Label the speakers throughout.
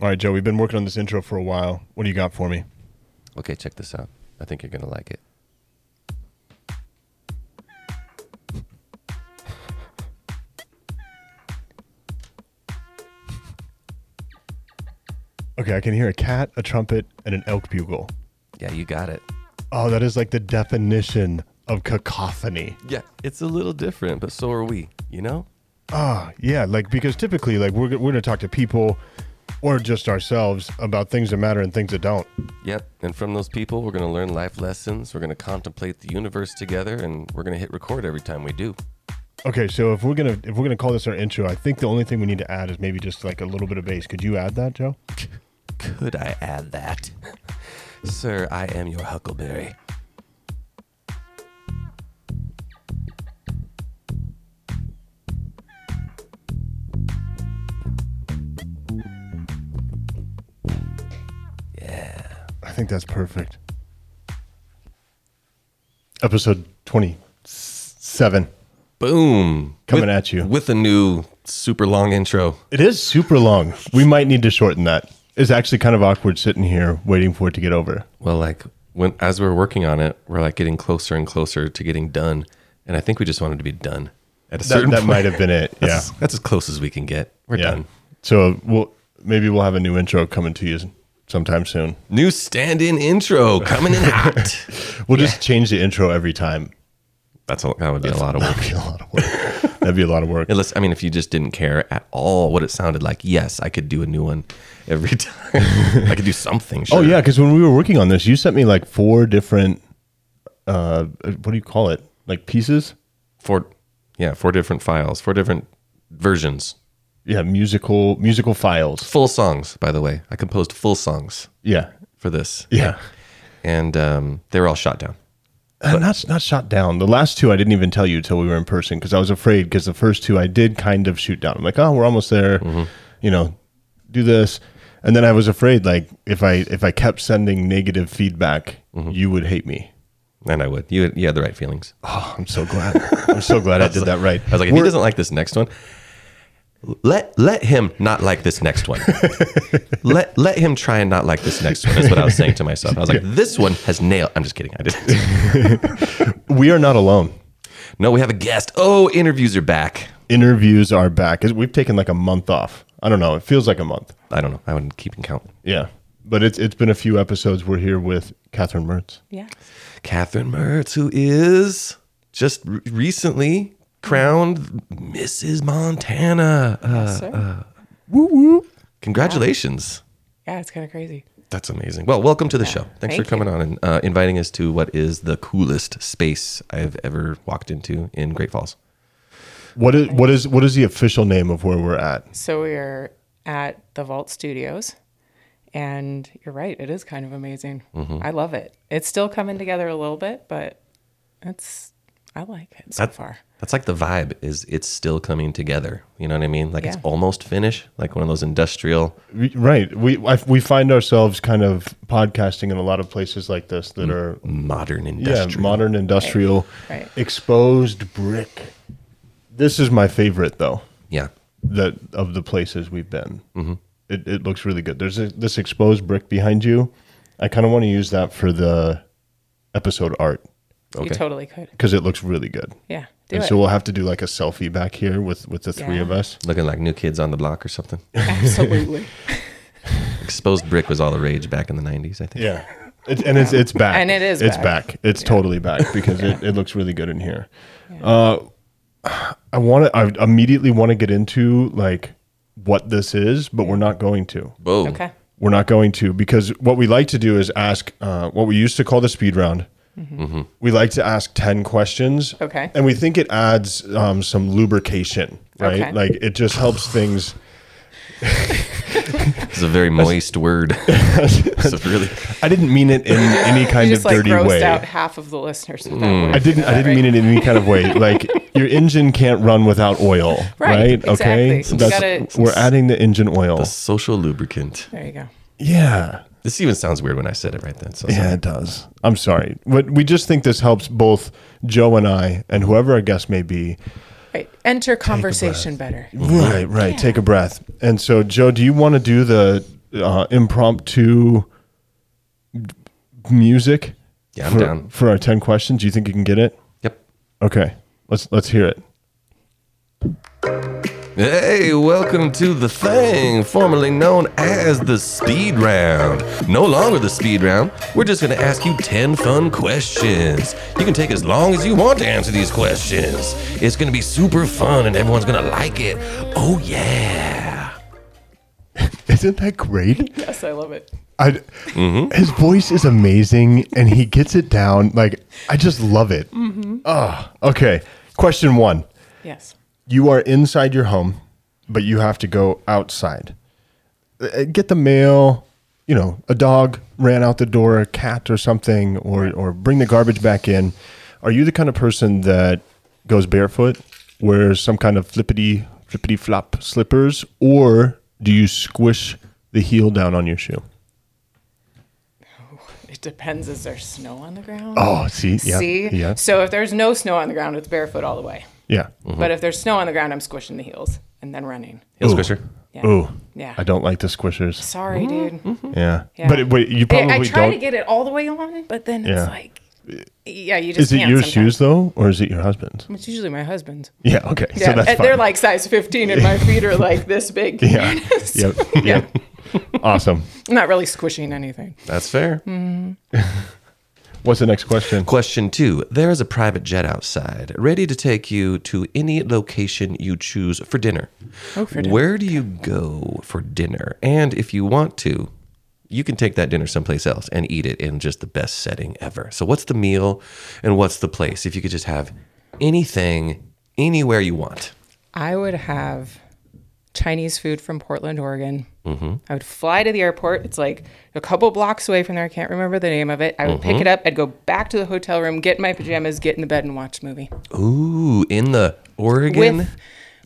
Speaker 1: All right, Joe, we've been working on this intro for a while. What do you got for me?
Speaker 2: Okay, check this out. I think you're gonna like it.
Speaker 1: Okay, I can hear a cat, a trumpet, and an elk bugle.
Speaker 2: Yeah, you got it.
Speaker 1: Oh, that is like the definition of cacophony.
Speaker 2: Yeah, it's a little different, but so are we. You know?
Speaker 1: Ah, yeah, like because typically, like we're g- we're gonna talk to people or just ourselves about things that matter and things that don't.
Speaker 2: Yep. And from those people, we're gonna learn life lessons. We're gonna contemplate the universe together, and we're gonna hit record every time we do.
Speaker 1: Okay, so if we're gonna if we're gonna call this our intro, I think the only thing we need to add is maybe just like a little bit of bass. Could you add that, Joe?
Speaker 2: Could I add that, sir? I am your huckleberry.
Speaker 1: I think that's perfect. Episode twenty-seven.
Speaker 2: Boom!
Speaker 1: Coming
Speaker 2: With-
Speaker 1: at you.
Speaker 2: with a new super long intro.
Speaker 1: It is super long. We might need to shorten that. It's actually kind of awkward sitting here waiting for it to get over.
Speaker 2: Well, like when as we were working on it, we're like getting closer and closer to getting done, and I think we just wanted to be done at
Speaker 1: That,
Speaker 2: a certain
Speaker 1: that
Speaker 2: point.
Speaker 1: might have been it. Yeah.
Speaker 2: That's, that's as close as we can get. We're
Speaker 1: yeah.
Speaker 2: done.
Speaker 1: So we'll maybe we'll have a new intro coming to you sometime soon.
Speaker 2: New stand-in intro coming in hot.
Speaker 1: We'll just change the intro every time.
Speaker 2: That's a, that would be a lot of work.
Speaker 1: That'd be a lot of work. That'd be a lot of work.
Speaker 2: Unless I mean, if you just didn't care at all what it sounded like, yes, I could do a new one every time. I could do something. Sure.
Speaker 1: Oh yeah, because when we were working on this, you sent me like four different uh what do you call it? Like pieces?
Speaker 2: four, yeah, four different files, four different versions,
Speaker 1: Yeah, musical musical files.
Speaker 2: full songs. By the way, I composed full songs
Speaker 1: Yeah.
Speaker 2: for this.
Speaker 1: Yeah.
Speaker 2: and um, they were all shot down.
Speaker 1: Uh, not not shot down. The last two I didn't even tell you till we were in person because I was afraid. Because the first two I did kind of shoot down. I'm like, oh, we're almost there. You know, do this. And then I was afraid, like if I if I kept sending negative feedback, you would hate me.
Speaker 2: And I would. You, you had the right feelings.
Speaker 1: Oh, I'm so glad. I'm so glad I did that right.
Speaker 2: I was like, if he
Speaker 1: We're-
Speaker 2: doesn't like this next one, let let him not like this next one. let let him try and not like this next one. That's what I was saying to myself. I was like, this one has nailed. I'm just kidding. I didn't.
Speaker 1: we are not alone.
Speaker 2: no, we have a guest. Oh, interviews are back.
Speaker 1: Interviews are back. We've taken like a month off. I don't know. It feels like a month.
Speaker 2: I don't know. I wouldn't keep in count.
Speaker 1: Yeah, but it's it's been a few episodes. We're here with Catherine Mertz.
Speaker 3: Yeah.
Speaker 2: Catherine Mertz, who is just re- recently crowned Mrs. Montana. Uh,
Speaker 3: sir.
Speaker 2: congratulations.
Speaker 3: yeah, it's kind of crazy.
Speaker 2: That's amazing. Well, welcome to the show. Thanks for
Speaker 3: Thank
Speaker 2: coming on and uh, inviting us to what is the coolest space I've ever walked into in Great Falls.
Speaker 1: What is what is what is the official name of where we're at?
Speaker 3: So we are at the Vault Studios, and you're right, it is kind of amazing.
Speaker 1: Mm-hmm.
Speaker 3: I love it. It's still coming together a little bit, but it's I like it so
Speaker 2: That-
Speaker 3: far.
Speaker 2: That's like the vibe is it's still coming together. You know what I mean? Like it's
Speaker 3: Yeah.
Speaker 2: almost finished, like one of those industrial.
Speaker 1: We- Right. We I, we find ourselves kind of podcasting in a lot of places like this that are
Speaker 2: Modern
Speaker 1: yeah,
Speaker 2: industrial.
Speaker 1: modern industrial
Speaker 3: Mm. Right. Right.
Speaker 1: exposed brick. This is my favorite though.
Speaker 2: Yeah.
Speaker 1: That of the places we've been. Mm-hmm. It it looks really good. There's a, this exposed brick behind you. I kind of want to use that for the episode art
Speaker 2: Okay.
Speaker 3: You totally could.
Speaker 1: because it looks really good.
Speaker 3: Yeah, do
Speaker 1: and
Speaker 3: it.
Speaker 1: so we'll have to do like a selfie back here with with the three
Speaker 3: Yeah.
Speaker 1: of us.
Speaker 2: Looking like new kids on the block or something.
Speaker 3: Absolutely.
Speaker 2: Exposed brick was all the rage back in the 90s, I think.
Speaker 1: Yeah. It, and it's it's back.
Speaker 3: And it is
Speaker 1: It's back.
Speaker 3: back.
Speaker 1: It's totally back because it, it looks really good in here. Uh, I want to. I immediately want to get into like what this is, but we're not going to.
Speaker 2: Whoa.
Speaker 3: okay.
Speaker 1: We're not going to because what we like to do is ask uh, what we used to call the speed round. We like to ask ten questions.
Speaker 3: Mm-hmm. Okay.
Speaker 1: And we think it adds um, some lubrication, right?
Speaker 3: Okay.
Speaker 1: Like it just helps things.
Speaker 2: It's a very moist word. it's a really
Speaker 1: I didn't mean it in any kind
Speaker 3: You
Speaker 1: of
Speaker 3: just like
Speaker 1: dirty
Speaker 3: grossed
Speaker 1: way. Mm.
Speaker 3: out half of the listeners. With that word.
Speaker 1: I didn't. I didn't mean it in any kind of way. Like your engine can't run without oil, right?
Speaker 3: Right,
Speaker 1: Okay,
Speaker 3: exactly. You gotta-
Speaker 1: we're adding the engine oil.
Speaker 2: social lubricant.
Speaker 3: There you go.
Speaker 1: Yeah,
Speaker 2: This even sounds weird when I said it right then. So
Speaker 1: yeah, it does. I'm sorry, but we just think this helps both Joe and I and whoever our guest may be.
Speaker 3: Right. Enter conversation better.
Speaker 1: Right, right. Take a breath. And so, Joe, do you want to do the uh, impromptu music
Speaker 2: Yeah, I'm
Speaker 1: for,
Speaker 2: down.
Speaker 1: for our 10 questions? Do you think you can get it?
Speaker 2: Yep.
Speaker 1: Okay. Let's let's hear it.
Speaker 2: Hey, welcome to the thing, formerly known as the speed round. No longer the speed round. We're just going to ask you 10 fun questions. You can take as long as you want to answer these questions. It's going to be super fun and everyone's going to like it. Oh, yeah.
Speaker 1: Isn't that great?
Speaker 3: Yes, I love it.
Speaker 1: I, His voice is amazing, and he gets it down. Like I just love it. Ah, okay. Question one:
Speaker 3: Yes.
Speaker 1: You are inside your home, but you have to go outside. Uh, Get the mail. You know, a dog ran out the door, a cat or something, or or bring the garbage back in. Are you the kind of person that goes barefoot, wears some kind of flippity flippity flop slippers, or do you squish the heel down on your shoe?
Speaker 3: It depends. Is there snow on the ground?
Speaker 1: Oh, see, yeah,
Speaker 3: See?
Speaker 1: yeah,
Speaker 3: So if there's no snow on the ground, it's barefoot all the way.
Speaker 1: yeah.
Speaker 3: But if there's snow on the ground, I'm squishing the heels and then running.
Speaker 2: Heel
Speaker 1: Ooh.
Speaker 2: squisher.
Speaker 3: Yeah.
Speaker 1: Ooh,
Speaker 3: Yeah.
Speaker 1: I don't like the squishers.
Speaker 3: Sorry, dude.
Speaker 1: Yeah,
Speaker 3: Yeah.
Speaker 1: but it, wait, Mm-hmm. you
Speaker 3: I,
Speaker 1: probably
Speaker 3: I try
Speaker 1: don't.
Speaker 3: to get it all the way on, but then
Speaker 1: Yeah.
Speaker 3: it's like, yeah, you just
Speaker 1: is it
Speaker 3: can't
Speaker 1: your
Speaker 3: sometimes.
Speaker 1: shoes though, or is it your husband's?
Speaker 3: It's usually my husband's.
Speaker 1: Yeah, okay,
Speaker 3: Yeah,
Speaker 1: so that's
Speaker 3: and
Speaker 1: fine.
Speaker 3: they're like size 15, and my feet are like this big.
Speaker 1: yeah, yep, yep. awesome.
Speaker 3: I'm not really squishing anything.
Speaker 2: That's fair.
Speaker 1: What's the next question?
Speaker 2: Question two There is a private jet outside, ready to take you to any location you choose for dinner.
Speaker 3: Oh, for dinner.
Speaker 2: Where do you go for dinner? And if you want to, you can take that dinner someplace else and eat it in just the best setting ever. So, what's the meal and what's the place? If you could just have anything, anywhere you want.
Speaker 3: I would have Chinese food from Portland, Oregon.
Speaker 1: Mm-hmm.
Speaker 3: I would fly to the airport. It's like a couple blocks away from there. I can't remember the name of it. I would
Speaker 1: Mm-hmm.
Speaker 3: pick it up. I'd go back to the hotel room, get in my pajamas, get in the bed, and watch a movie
Speaker 2: Ooh, in the Oregon,
Speaker 3: with with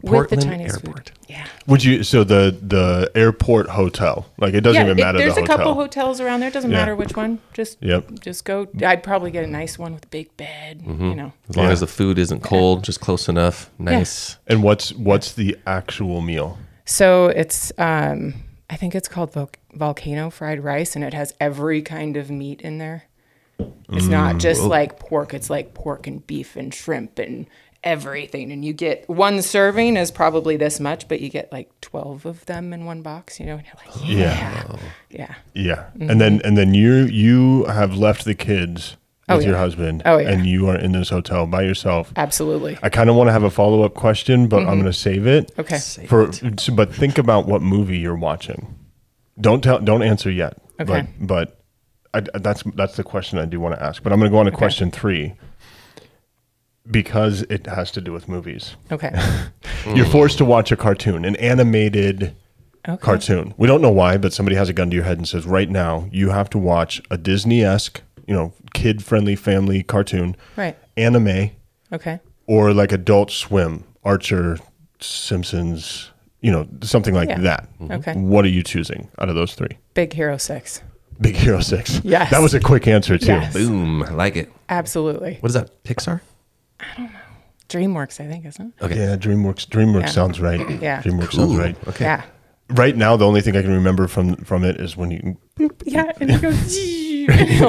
Speaker 3: the
Speaker 2: Portland
Speaker 3: Chinese
Speaker 2: airport.
Speaker 3: food. Yeah,
Speaker 1: Would you so the the airport hotel? Like it doesn't
Speaker 3: yeah.
Speaker 1: even
Speaker 3: it-
Speaker 1: matter.
Speaker 3: there's
Speaker 1: the
Speaker 3: a
Speaker 1: hotel.
Speaker 3: couple hotels around there. It doesn't
Speaker 1: Yeah.
Speaker 3: matter which one. Just
Speaker 1: Yep. Mm-hmm.
Speaker 3: just go. I'd probably get a nice one with a big bed. You know,
Speaker 2: As long
Speaker 1: Yeah.
Speaker 2: as the food isn't cold, just close enough. Nice.
Speaker 1: And what's what's the actual meal?
Speaker 3: So it's, um, I think it's called vol- volcano fried rice, and it has every kind of meat in there. It's not just like pork; it's like pork and beef and shrimp and everything. And you get one serving is probably this much, but you get like twelve of them in one box. You know, and you're like,
Speaker 1: Yeah.
Speaker 3: yeah, yeah.
Speaker 1: Yeah,
Speaker 3: Mm-hmm.
Speaker 1: and then and then you you have left the kids
Speaker 3: Oh,
Speaker 1: with your
Speaker 3: yeah.
Speaker 1: husband,
Speaker 3: Oh, yeah.
Speaker 1: and you are in this hotel by yourself.
Speaker 3: absolutely.
Speaker 1: I kind of want to have a follow up question, but I'm going to save it.
Speaker 3: Mm-hmm. Okay.
Speaker 2: Save
Speaker 1: For but think about what movie you're watching. Don't tell. Don't answer yet.
Speaker 3: Okay.
Speaker 1: But but I, that's that's the question I do want to ask. But I'm going to go on to question three because it has to do with movies.
Speaker 3: Okay.
Speaker 1: You're forced to watch a cartoon, an animated
Speaker 3: Okay.
Speaker 1: cartoon. We don't know why, but somebody has a gun to your head and says, right now, you have to watch a Disney esque, you know, kid friendly family cartoon,
Speaker 3: Right.
Speaker 1: anime,
Speaker 3: Okay.
Speaker 1: or like Adult Swim, Archer, Simpsons, you know, something like
Speaker 3: Yeah.
Speaker 1: that.
Speaker 3: Okay.
Speaker 1: What are you choosing out of those three?
Speaker 3: Big Hero Six.
Speaker 1: Big Hero 6.
Speaker 3: Yes.
Speaker 1: That was a quick answer, too.
Speaker 3: Yes.
Speaker 2: Boom. I like it.
Speaker 3: Absolutely.
Speaker 2: What is that? Pixar?
Speaker 3: DreamWorks, I think, isn't it?
Speaker 2: Okay.
Speaker 1: Yeah, DreamWorks. DreamWorks
Speaker 3: Yeah.
Speaker 1: sounds right.
Speaker 3: Yeah.
Speaker 1: DreamWorks sounds
Speaker 2: Ooh,
Speaker 1: right.
Speaker 2: Okay.
Speaker 3: Yeah.
Speaker 1: Right now, the only thing I can remember from from it is when you
Speaker 3: Yeah, and it goes and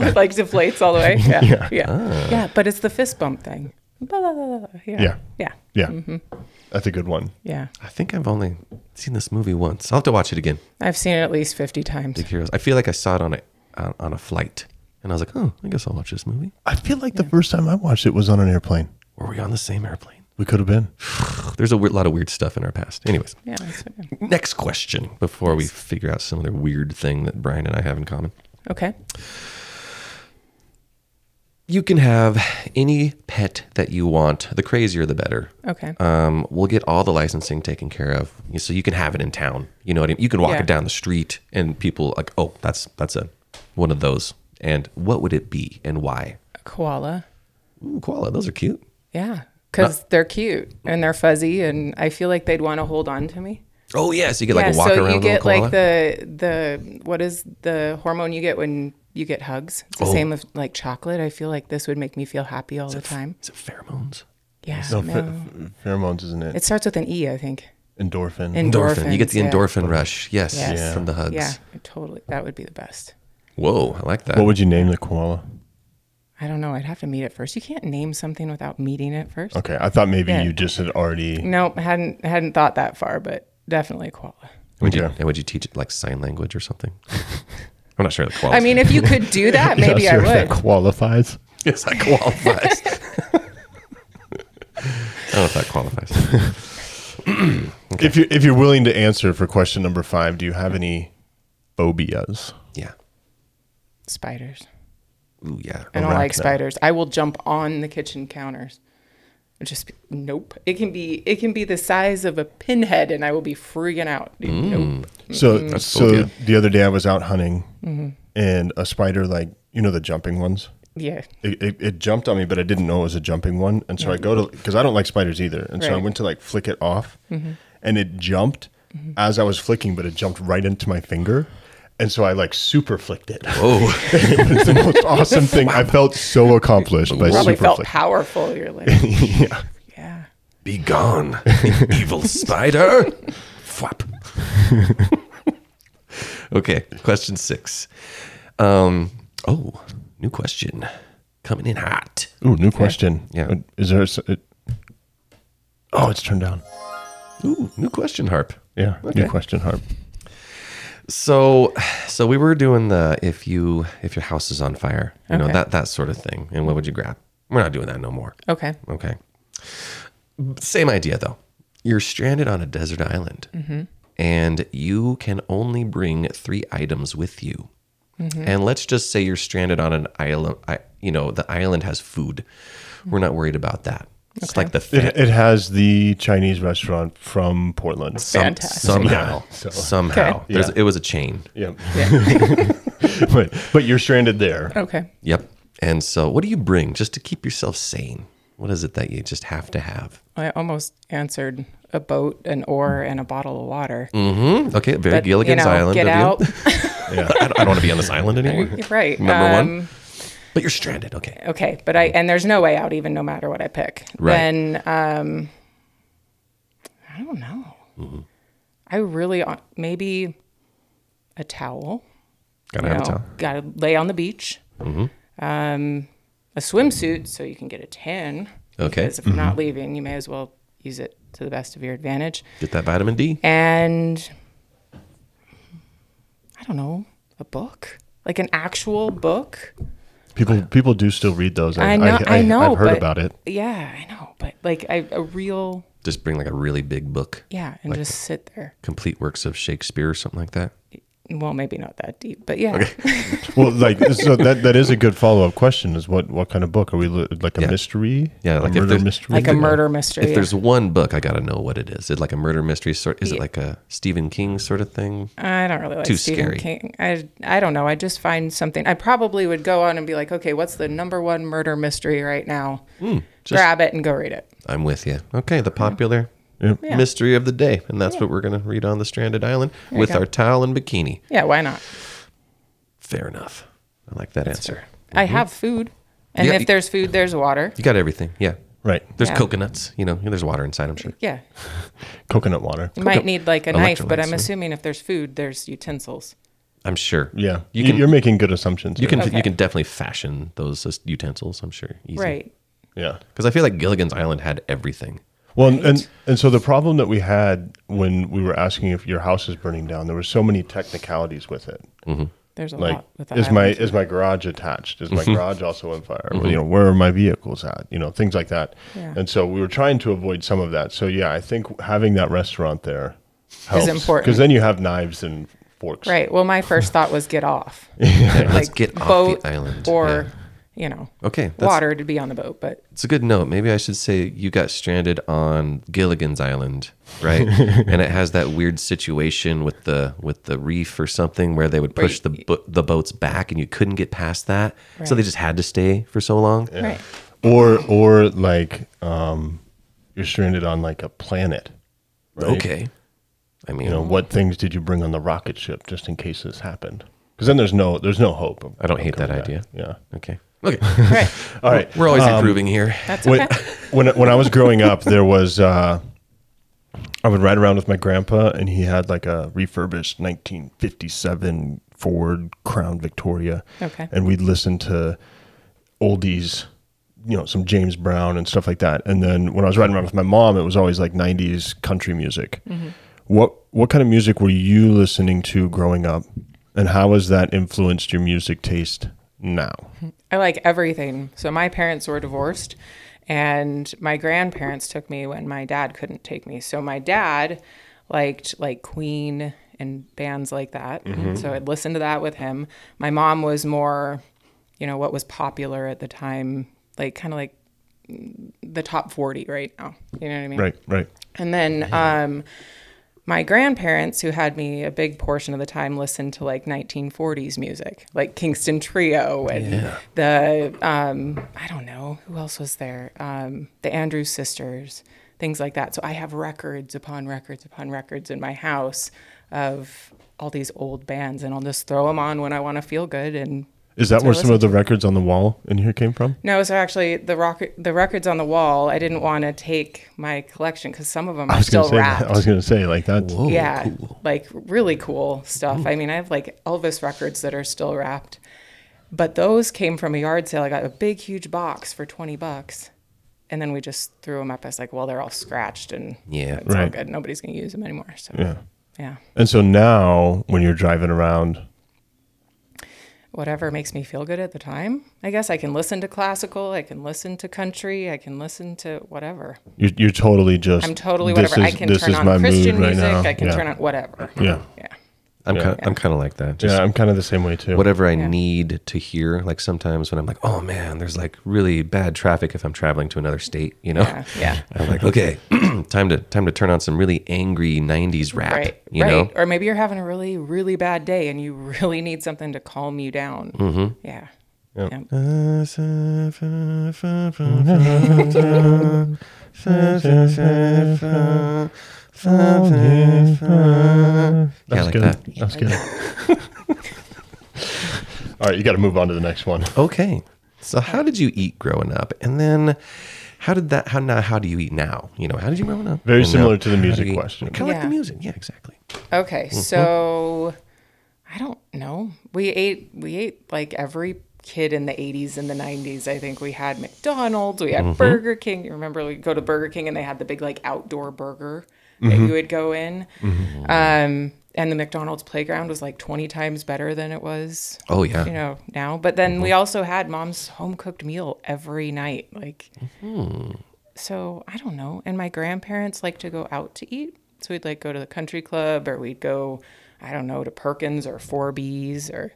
Speaker 3: it like deflates all the way. Yeah, yeah, yeah.
Speaker 2: Ah.
Speaker 3: But it's the fist bump thing. Blah, blah, blah, blah. Yeah,
Speaker 1: Yeah.
Speaker 3: yeah,
Speaker 1: Yeah.
Speaker 3: Mm-hmm.
Speaker 1: That's a good one.
Speaker 3: yeah.
Speaker 2: I think I've only seen this movie once. I'll have to watch it again.
Speaker 3: I've seen it at least fifty times.
Speaker 2: Big Heroes. I feel like I saw it on a on, on a flight, and I was like, oh, I guess I'll watch this movie.
Speaker 1: I feel like the first time I watched it was on an airplane.
Speaker 2: Were we on the same airplane?
Speaker 1: We could have been.
Speaker 2: There's a weird, lot of weird stuff in our past. Anyways,
Speaker 3: Yeah, that's okay.
Speaker 2: next question before we figure out some other weird thing that Brian and I have in common.
Speaker 3: okay.
Speaker 2: You can have any pet that you want. The crazier, the better.
Speaker 3: Okay.
Speaker 2: Um, we'll get all the licensing taken care of, so you can have it in town. You know what I mean? You can walk
Speaker 3: Yeah.
Speaker 2: it down the street, and people like, oh, that's that's a one of those. And what would it be, and why?
Speaker 3: A koala.
Speaker 2: Ooh, koala, those are cute.
Speaker 3: Yeah, because they're cute and they're fuzzy, and I feel like they'd want to hold on to me.
Speaker 2: Oh yeah, so you get like
Speaker 3: yeah,
Speaker 2: a walk
Speaker 3: so
Speaker 2: around
Speaker 3: you
Speaker 2: with a
Speaker 3: get
Speaker 2: little koala.
Speaker 3: like the the what is the hormone you get when you get hugs? It's the
Speaker 2: Oh.
Speaker 3: same with like chocolate. I feel like this would make me feel happy all the time.
Speaker 2: Is it pheromones?
Speaker 3: Yeah,
Speaker 1: No,
Speaker 3: no,
Speaker 1: pher- ph- pheromones, isn't it?
Speaker 3: it starts with an E, I think.
Speaker 1: Endorphin.
Speaker 3: And-
Speaker 2: Endorphin. You get the
Speaker 3: Endorphins, yeah.
Speaker 2: endorphin rush. Yes,
Speaker 3: Yes.
Speaker 2: from the hugs.
Speaker 3: Yeah, totally. That would be the best.
Speaker 2: Whoa, I like that.
Speaker 1: What would you name the koala?
Speaker 3: I don't know. I'd have to meet it first. You can't name something without meeting it first.
Speaker 1: Okay, I thought maybe
Speaker 3: Yeah.
Speaker 1: you just had already.
Speaker 3: Nope, hadn't hadn't thought that far, but definitely koala.
Speaker 2: Would you
Speaker 1: Okay.
Speaker 2: and would you teach it like sign language or something? I'm not sure the qualifies.
Speaker 3: I mean, if you could do that,
Speaker 1: Not
Speaker 3: maybe
Speaker 1: sure if
Speaker 3: I
Speaker 1: that
Speaker 3: would.
Speaker 1: qualifies.
Speaker 2: yes, that qualifies. I don't know if that qualifies.
Speaker 1: If you if you're willing to answer for question number five, do you have any phobias?
Speaker 2: Yeah.
Speaker 3: Spiders.
Speaker 2: Ooh, yeah.
Speaker 3: I don't like
Speaker 1: Arachnid.
Speaker 3: spiders. I will jump on the kitchen counters. It'd Just be- nope. It can be it can be the size of a pinhead, and I will be freaking out. Dude,
Speaker 1: Mm.
Speaker 3: Nope.
Speaker 1: So
Speaker 3: Mm-hmm.
Speaker 1: so
Speaker 2: phobia.
Speaker 1: the other day I was out hunting, and a spider like you know the jumping ones.
Speaker 3: Yeah.
Speaker 1: It, it, it jumped on me, but I didn't know it was a jumping one, and so I go to because I don't like spiders either, and so I
Speaker 3: Right. Mm-hmm.
Speaker 1: went to like flick it off, and it jumped as I was flicking, but it jumped right into my finger. And so I like super flicked it.
Speaker 2: Oh,
Speaker 1: it was the most awesome thing. I felt so accomplished by
Speaker 3: Probably
Speaker 1: super
Speaker 3: felt
Speaker 1: flick.
Speaker 3: powerful. You're like,
Speaker 1: yeah.
Speaker 3: yeah.
Speaker 2: be gone, you evil spider. Flap. okay, question six. Um, oh, new question coming in hot.
Speaker 1: Ooh, new question. Uh,
Speaker 2: Yeah.
Speaker 1: Is there? A, s- it, oh, it's turned down.
Speaker 2: Ooh, new question harp.
Speaker 1: Yeah. New
Speaker 2: Okay.
Speaker 1: question, Harp.
Speaker 2: So, so we were doing the if you if your house is on fire, you know
Speaker 3: Okay.
Speaker 2: that that sort of thing. And what would you grab? We're not doing that no more.
Speaker 3: Okay.
Speaker 2: Okay. Same idea though. You're stranded on a desert island, and you can only bring three items with you. And let's just say you're stranded on an island. I, you know, the island has food. We're not worried about that. It's like the
Speaker 1: It, it has the Chinese restaurant from Portland.
Speaker 2: some-
Speaker 3: Fantastic.
Speaker 2: somehow
Speaker 1: Yeah, so-
Speaker 2: somehow
Speaker 3: Okay.
Speaker 2: There's,
Speaker 1: Yeah.
Speaker 2: it was a chain.
Speaker 1: Yeah.
Speaker 3: Yeah.
Speaker 1: but but you're stranded there.
Speaker 3: okay.
Speaker 2: Yep. And so, what do you bring just to keep yourself sane? What is it that you just have to have?
Speaker 3: I almost answered a boat, an oar, and a bottle of water.
Speaker 2: Mm-hmm. Okay, very
Speaker 3: But, you
Speaker 2: Gilligan's
Speaker 3: know,
Speaker 2: Island.
Speaker 3: Get
Speaker 2: of you.
Speaker 3: out.
Speaker 1: Yeah.
Speaker 2: I, don't, I don't want to be on this island anymore.
Speaker 3: right. uh,
Speaker 2: Number
Speaker 3: Um,
Speaker 2: one. But you're stranded. Okay.
Speaker 3: Okay, but I and there's no way out even no matter what I pick.
Speaker 2: Right.
Speaker 3: Then um I don't know.
Speaker 2: Mm-hmm.
Speaker 3: I really on- maybe a towel.
Speaker 2: Gotta
Speaker 3: you
Speaker 2: have a
Speaker 3: know,
Speaker 2: towel. Mm-hmm.
Speaker 3: Gotta lay on the beach. Um a swimsuit so you can get a tan.
Speaker 2: Okay. Mm-hmm.
Speaker 3: Because if you're not leaving, you may as well use it to the best of your advantage.
Speaker 2: Get that vitamin D.
Speaker 3: And I don't know, a book? Like an actual book?
Speaker 1: People people do still read those.
Speaker 3: I know. I, know.
Speaker 1: I've heard
Speaker 3: but-
Speaker 1: about it.
Speaker 3: Yeah, I know. But like I, a real,
Speaker 2: Just bring like a really big book,
Speaker 3: yeah, and just sit there.
Speaker 2: complete works of Shakespeare or something like that.
Speaker 3: Well, maybe not that deep, but yeah.
Speaker 1: Well, like so that that is a good follow up question. Is what what kind of book are we li- like a
Speaker 2: Yeah.
Speaker 1: mystery? A
Speaker 2: Yeah, like if
Speaker 1: murder
Speaker 2: there's-
Speaker 1: mystery.
Speaker 3: Like a murder mystery.
Speaker 2: If there's one book, I gotta know what it is. Is it like a murder mystery sort? Is it like a Stephen King sort of thing?
Speaker 3: I don't really like
Speaker 2: Too
Speaker 3: Stephen
Speaker 2: scary.
Speaker 3: King. I I don't know. I just find something. I probably would go on and be like, okay, what's the number one murder mystery right now?
Speaker 2: Hmm, just-
Speaker 3: Grab it and go read it.
Speaker 2: I'm with you. Okay, the popular
Speaker 1: Yep.
Speaker 3: Yeah.
Speaker 2: mystery of the day, and that's what we're gonna read on the stranded island
Speaker 3: you
Speaker 2: with
Speaker 3: go.
Speaker 2: our towel and bikini.
Speaker 3: Yeah, why not?
Speaker 2: Fair enough. I like that answer.
Speaker 3: I have food,
Speaker 2: Mm-hmm.
Speaker 3: and
Speaker 2: Yeah, y-
Speaker 3: if there's food, there's water.
Speaker 2: You got everything. Yeah.
Speaker 1: Right.
Speaker 2: There's
Speaker 3: Yeah.
Speaker 2: coconuts. You know, there's water inside, I'm sure.
Speaker 3: Yeah,
Speaker 1: Coconut water.
Speaker 3: you might need like a knife, but
Speaker 2: Electrolytes,
Speaker 3: I'm
Speaker 2: yeah.
Speaker 3: assuming if there's food, there's utensils.
Speaker 2: I'm sure.
Speaker 1: Yeah.
Speaker 2: You
Speaker 1: You
Speaker 2: can
Speaker 1: are making good assumptions.
Speaker 2: you can
Speaker 1: here.
Speaker 2: you can definitely fashion those as utensils, I'm sure. Easy.
Speaker 3: Right.
Speaker 1: Yeah.
Speaker 2: Because I feel like Gilligan's Island had everything.
Speaker 1: Well, and- and and so the problem that we had when we were asking if your house is burning down, there were so many technicalities with it.
Speaker 3: There's a
Speaker 1: Like,
Speaker 3: lot with the Mm-hmm.
Speaker 1: is my
Speaker 3: islands.
Speaker 1: is my garage attached? Is my garage also on fire? You know, where are my vehicles at? You know, things like that.
Speaker 3: Mm-hmm. Yeah.
Speaker 1: And so we were trying to avoid some of that. So yeah, I think having that restaurant there helps
Speaker 3: important.
Speaker 1: because then you have knives and forks.
Speaker 3: Right. Well, my first thought was get off.
Speaker 2: Let's
Speaker 3: Like,
Speaker 2: get off the island.
Speaker 3: Or,
Speaker 2: Yeah.
Speaker 3: you know,
Speaker 2: Okay, that's-
Speaker 3: water to be on the boat. But
Speaker 2: it's a good note. Maybe I should say you got stranded on Gilligan's Island, right? and it has that weird situation with the with the reef or something where they would push the bo- the boats back and you couldn't get past that, so
Speaker 3: Right.
Speaker 2: they just had to stay for so long.
Speaker 3: right.
Speaker 1: Or or like um, you're stranded on like a planet. right?
Speaker 2: Okay, I mean,
Speaker 1: You know, what things did you bring on the rocket ship just in case this happened? Because then there's no there's no hope. of-
Speaker 2: I don't
Speaker 1: of
Speaker 2: hate that
Speaker 1: coming back.
Speaker 2: idea.
Speaker 1: Yeah.
Speaker 2: okay, okay.
Speaker 3: Right.
Speaker 1: All right. Um,
Speaker 2: We're always improving here.
Speaker 3: That's
Speaker 1: when,
Speaker 3: okay.
Speaker 1: when when I was growing up, there was uh, I would ride around with my grandpa, and he had like a refurbished 1957 Ford Crown Victoria.
Speaker 3: Okay.
Speaker 1: And we'd listen to oldies, you know, some James Brown and stuff like that. And then when I was riding around with my mom, it was always like 90s country music. What what kind of music were you listening to growing up, and how has that influenced your music taste now?
Speaker 3: I like everything. So my parents were divorced and my grandparents took me when my dad couldn't take me. So my dad liked like Queen and bands like that. So I'd listen to that with him. My mom was more, you know, what was popular at the time, like kind of like mm, the top 40 right now. You know what I mean?
Speaker 1: Right, right.
Speaker 3: And then um, my grandparents, who had me a big portion of the time, listened to like 1940s music, like Kingston Trio and the, um, I don't know, who else was there? Um, the Andrews sisters, things like that. So I have records upon records upon records in my house of all these old bands, and I'll just throw them on when I want to feel good and
Speaker 1: Is that
Speaker 3: I
Speaker 1: where some of the records on the wall in here came from?
Speaker 3: no, so actually, the rock, the records on the wall. I didn't want to take my collection because some of them
Speaker 1: I
Speaker 3: are
Speaker 1: was
Speaker 3: still
Speaker 1: gonna say.
Speaker 3: wrapped.
Speaker 1: I was gonna say like that.
Speaker 2: Oh,
Speaker 3: yeah,
Speaker 2: cool.
Speaker 3: like really cool stuff.
Speaker 1: Oh.
Speaker 3: I mean, I have like Elvis records that are still wrapped, but those came from a yard sale. I got a big, huge box for twenty bucks, and then we just threw them up as like, well, they're all scratched and
Speaker 2: Yeah.
Speaker 3: it's all
Speaker 1: Right.
Speaker 3: good. Nobody's gonna use them anymore. So
Speaker 1: Yeah.
Speaker 3: yeah,
Speaker 1: And so now, when you're driving around,
Speaker 3: whatever makes me feel good at the time. I guess I can listen to classical. I can listen to country. I can listen to whatever.
Speaker 1: you're, you're totally just.
Speaker 3: I'm totally
Speaker 1: this
Speaker 3: whatever. I
Speaker 1: is-
Speaker 3: can
Speaker 1: this
Speaker 3: turn
Speaker 1: is
Speaker 3: on
Speaker 1: my
Speaker 3: Christian
Speaker 1: mood right
Speaker 3: music.
Speaker 1: now.
Speaker 3: I can
Speaker 1: Yeah.
Speaker 3: turn on whatever.
Speaker 1: Yeah.
Speaker 3: Yeah.
Speaker 2: I'm kind of, I'm kind of like that. Just
Speaker 1: Yeah, I'm kind of the same way too.
Speaker 2: whatever I need to hear. Like sometimes when I'm like, oh man, there's like really bad traffic if I'm traveling to another state, you know?
Speaker 3: Yeah. Yeah.
Speaker 2: I'm like, okay, time to time to turn on some really angry '90s rap,
Speaker 3: Right.
Speaker 2: you
Speaker 3: right.
Speaker 2: know?
Speaker 3: Or maybe you're having a really, really bad day and you really need something to calm you down. Mm-hmm. Yeah. Yeah.
Speaker 2: Yeah, like
Speaker 1: Uh, good.
Speaker 2: that.
Speaker 1: That's good. All right, you got to move on to the next one.
Speaker 2: Okay, so how did you eat growing up, and then how did that? How now? How do you eat now? You know, how did you growing up?
Speaker 1: Very similar to the music question.
Speaker 2: Kind of like the
Speaker 3: Yeah.
Speaker 2: music, yeah, exactly.
Speaker 3: Okay. So I don't know. We ate, we ate like every kid in the 80s and the 90s. I think we had McDonald's, we had Burger King. You remember we go to Burger King and they had the big like outdoor burger that you would go in. Um, and the McDonald's playground was like 20 times better than it was
Speaker 2: Oh yeah,
Speaker 3: you know now but then we also had mom's home cooked meal every night like so i don't know and my grandparents like to go out to eat so we'd like go to the country club or we'd go i don't know to perkins or four b's or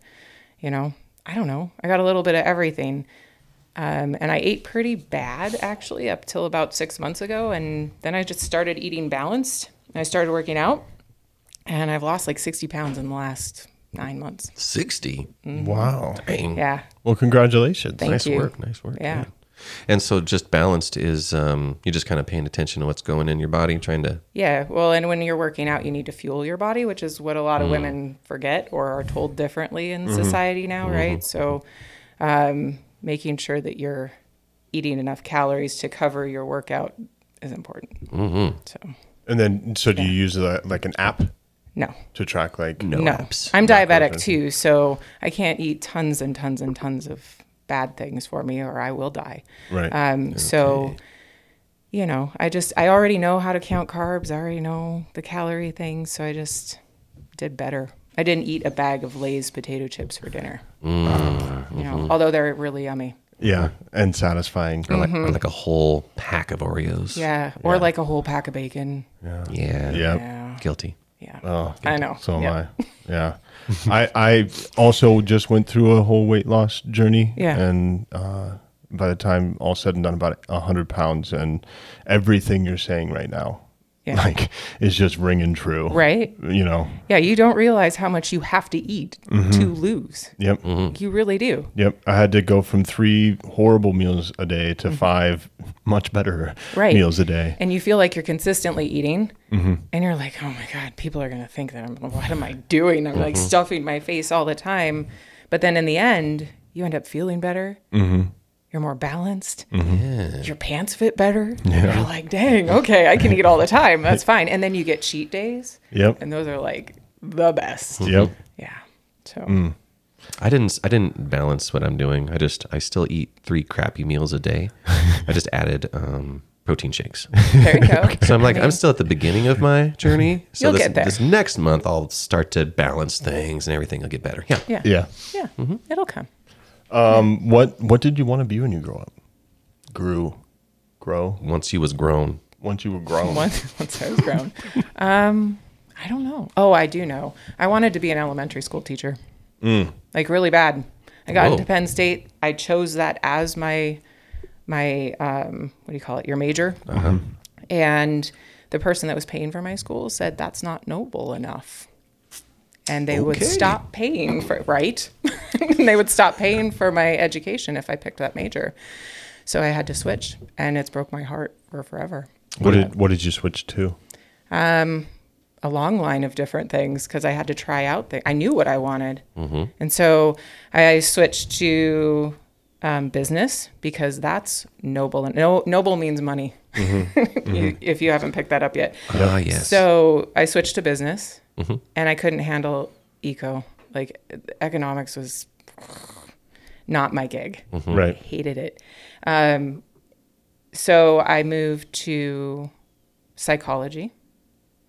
Speaker 3: you know i don't know i got a little bit of everything um, and i ate pretty bad actually up till about six months ago and then i just started eating balanced and i started working out and i've lost like 60 pounds in the last nine months
Speaker 2: sixty.
Speaker 1: Wow.
Speaker 2: Dang.
Speaker 3: Mm-hmm. yeah
Speaker 1: Well, congratulations.
Speaker 3: Thank
Speaker 2: nice
Speaker 3: you.
Speaker 2: work. Nice work.
Speaker 3: Yeah.
Speaker 2: And so just balanced is um, you're just kind of paying attention to what's going in your body, trying to.
Speaker 3: Yeah, well, and when you're working out, you need to fuel your body, which is what a lot of women forget or are told differently in society now, right? So, um, making sure that you're eating enough calories to cover your workout is important. Mm-hmm. So,
Speaker 1: And then, so do you use uh, like an app
Speaker 3: no,
Speaker 1: to track like?
Speaker 2: No.
Speaker 3: no,
Speaker 2: apps,
Speaker 3: I'm
Speaker 1: not
Speaker 3: diabetic
Speaker 1: versions.
Speaker 3: too, so I can't eat tons and tons and tons of bad things for me, or I will die.
Speaker 1: Right.
Speaker 3: Um, So, you know, I just, I already know how to count carbs. I already know the calorie thing. So I just did better. I didn't eat a bag of Lay's potato chips for dinner.
Speaker 1: Mm-hmm.
Speaker 3: You know, although they're really yummy.
Speaker 1: Yeah, and satisfying.
Speaker 3: Mm.
Speaker 2: Or like, or like a whole pack of Oreos.
Speaker 3: Mm-hmm. Yeah. Or like a whole pack of bacon. Yeah.
Speaker 1: Yeah.
Speaker 2: Yeah.
Speaker 1: Oh,
Speaker 3: Yeah.
Speaker 2: Guilty.
Speaker 3: I know.
Speaker 1: So am
Speaker 3: Yeah.
Speaker 1: I. Yeah. I I also just went through a whole weight loss journey.
Speaker 3: Yeah.
Speaker 1: And uh, by the time all said and done, about a hundred pounds, and everything you're saying right now,
Speaker 3: Yeah.
Speaker 1: like, is just ringing true.
Speaker 3: Right?
Speaker 1: You know.
Speaker 3: Yeah. You don't realize how much you have to eat
Speaker 1: Mm-hmm.
Speaker 3: to lose.
Speaker 1: Yep.
Speaker 3: You really do.
Speaker 1: Yep. I had to go from three horrible meals a day to five much better
Speaker 3: Mm-hmm. Right.
Speaker 1: meals a day.
Speaker 3: and you feel like you're consistently eating and you're like oh my god people are going to think that i'm what am i doing i'm like stuffing my face all the time but then in the end you end up feeling better mm-hmm. your You're more balanced. Your pants fit better. You're like, dang, okay, I can eat all the time. That's fine. And then you get cheat days.
Speaker 1: Yep. Mm.
Speaker 3: And those are like the best.
Speaker 1: Yep.
Speaker 3: Yeah. So
Speaker 2: I didn't. I didn't balance what I'm doing. I just. I still eat three crappy meals a day. I just added um, protein shakes.
Speaker 3: there you go.
Speaker 2: So I'm like, I'm still at the beginning of my journey. So
Speaker 3: You'll
Speaker 2: this,
Speaker 3: get there.
Speaker 2: this next month, I'll start to balance things and everything will get better. Yeah.
Speaker 3: Yeah.
Speaker 1: Yeah.
Speaker 3: Yeah. It'll come.
Speaker 1: What What did you want to be when you grow up? Grew, grow.
Speaker 2: Once he was grown,
Speaker 1: Once you were grown.
Speaker 3: once once I was grown. um, I don't know. Oh, I do know. I wanted to be an elementary school teacher, like really bad. I got
Speaker 2: Mm. Whoa.
Speaker 3: into Penn State. I chose that as my my um, what do you call it? Your major.
Speaker 2: Uh-huh.
Speaker 3: And the person that was paying for my school said that's not noble enough. And they would
Speaker 2: Okay.
Speaker 3: stop paying for right. and they would stop paying for my education if I picked that major. So I had to switch, and it's broke my heart for forever.
Speaker 1: What did What did you switch to?
Speaker 3: a long line of different things because I had to try out. Th- I knew what I wanted, and so I switched to um, business because that's noble. And no, noble means money. You- if you haven't picked that up yet,
Speaker 2: ah yes,
Speaker 3: so I switched to business, and I couldn't handle eco. Like e-, economics was not my gig.
Speaker 1: Right.
Speaker 3: Hated it. Um, so I moved to psychology.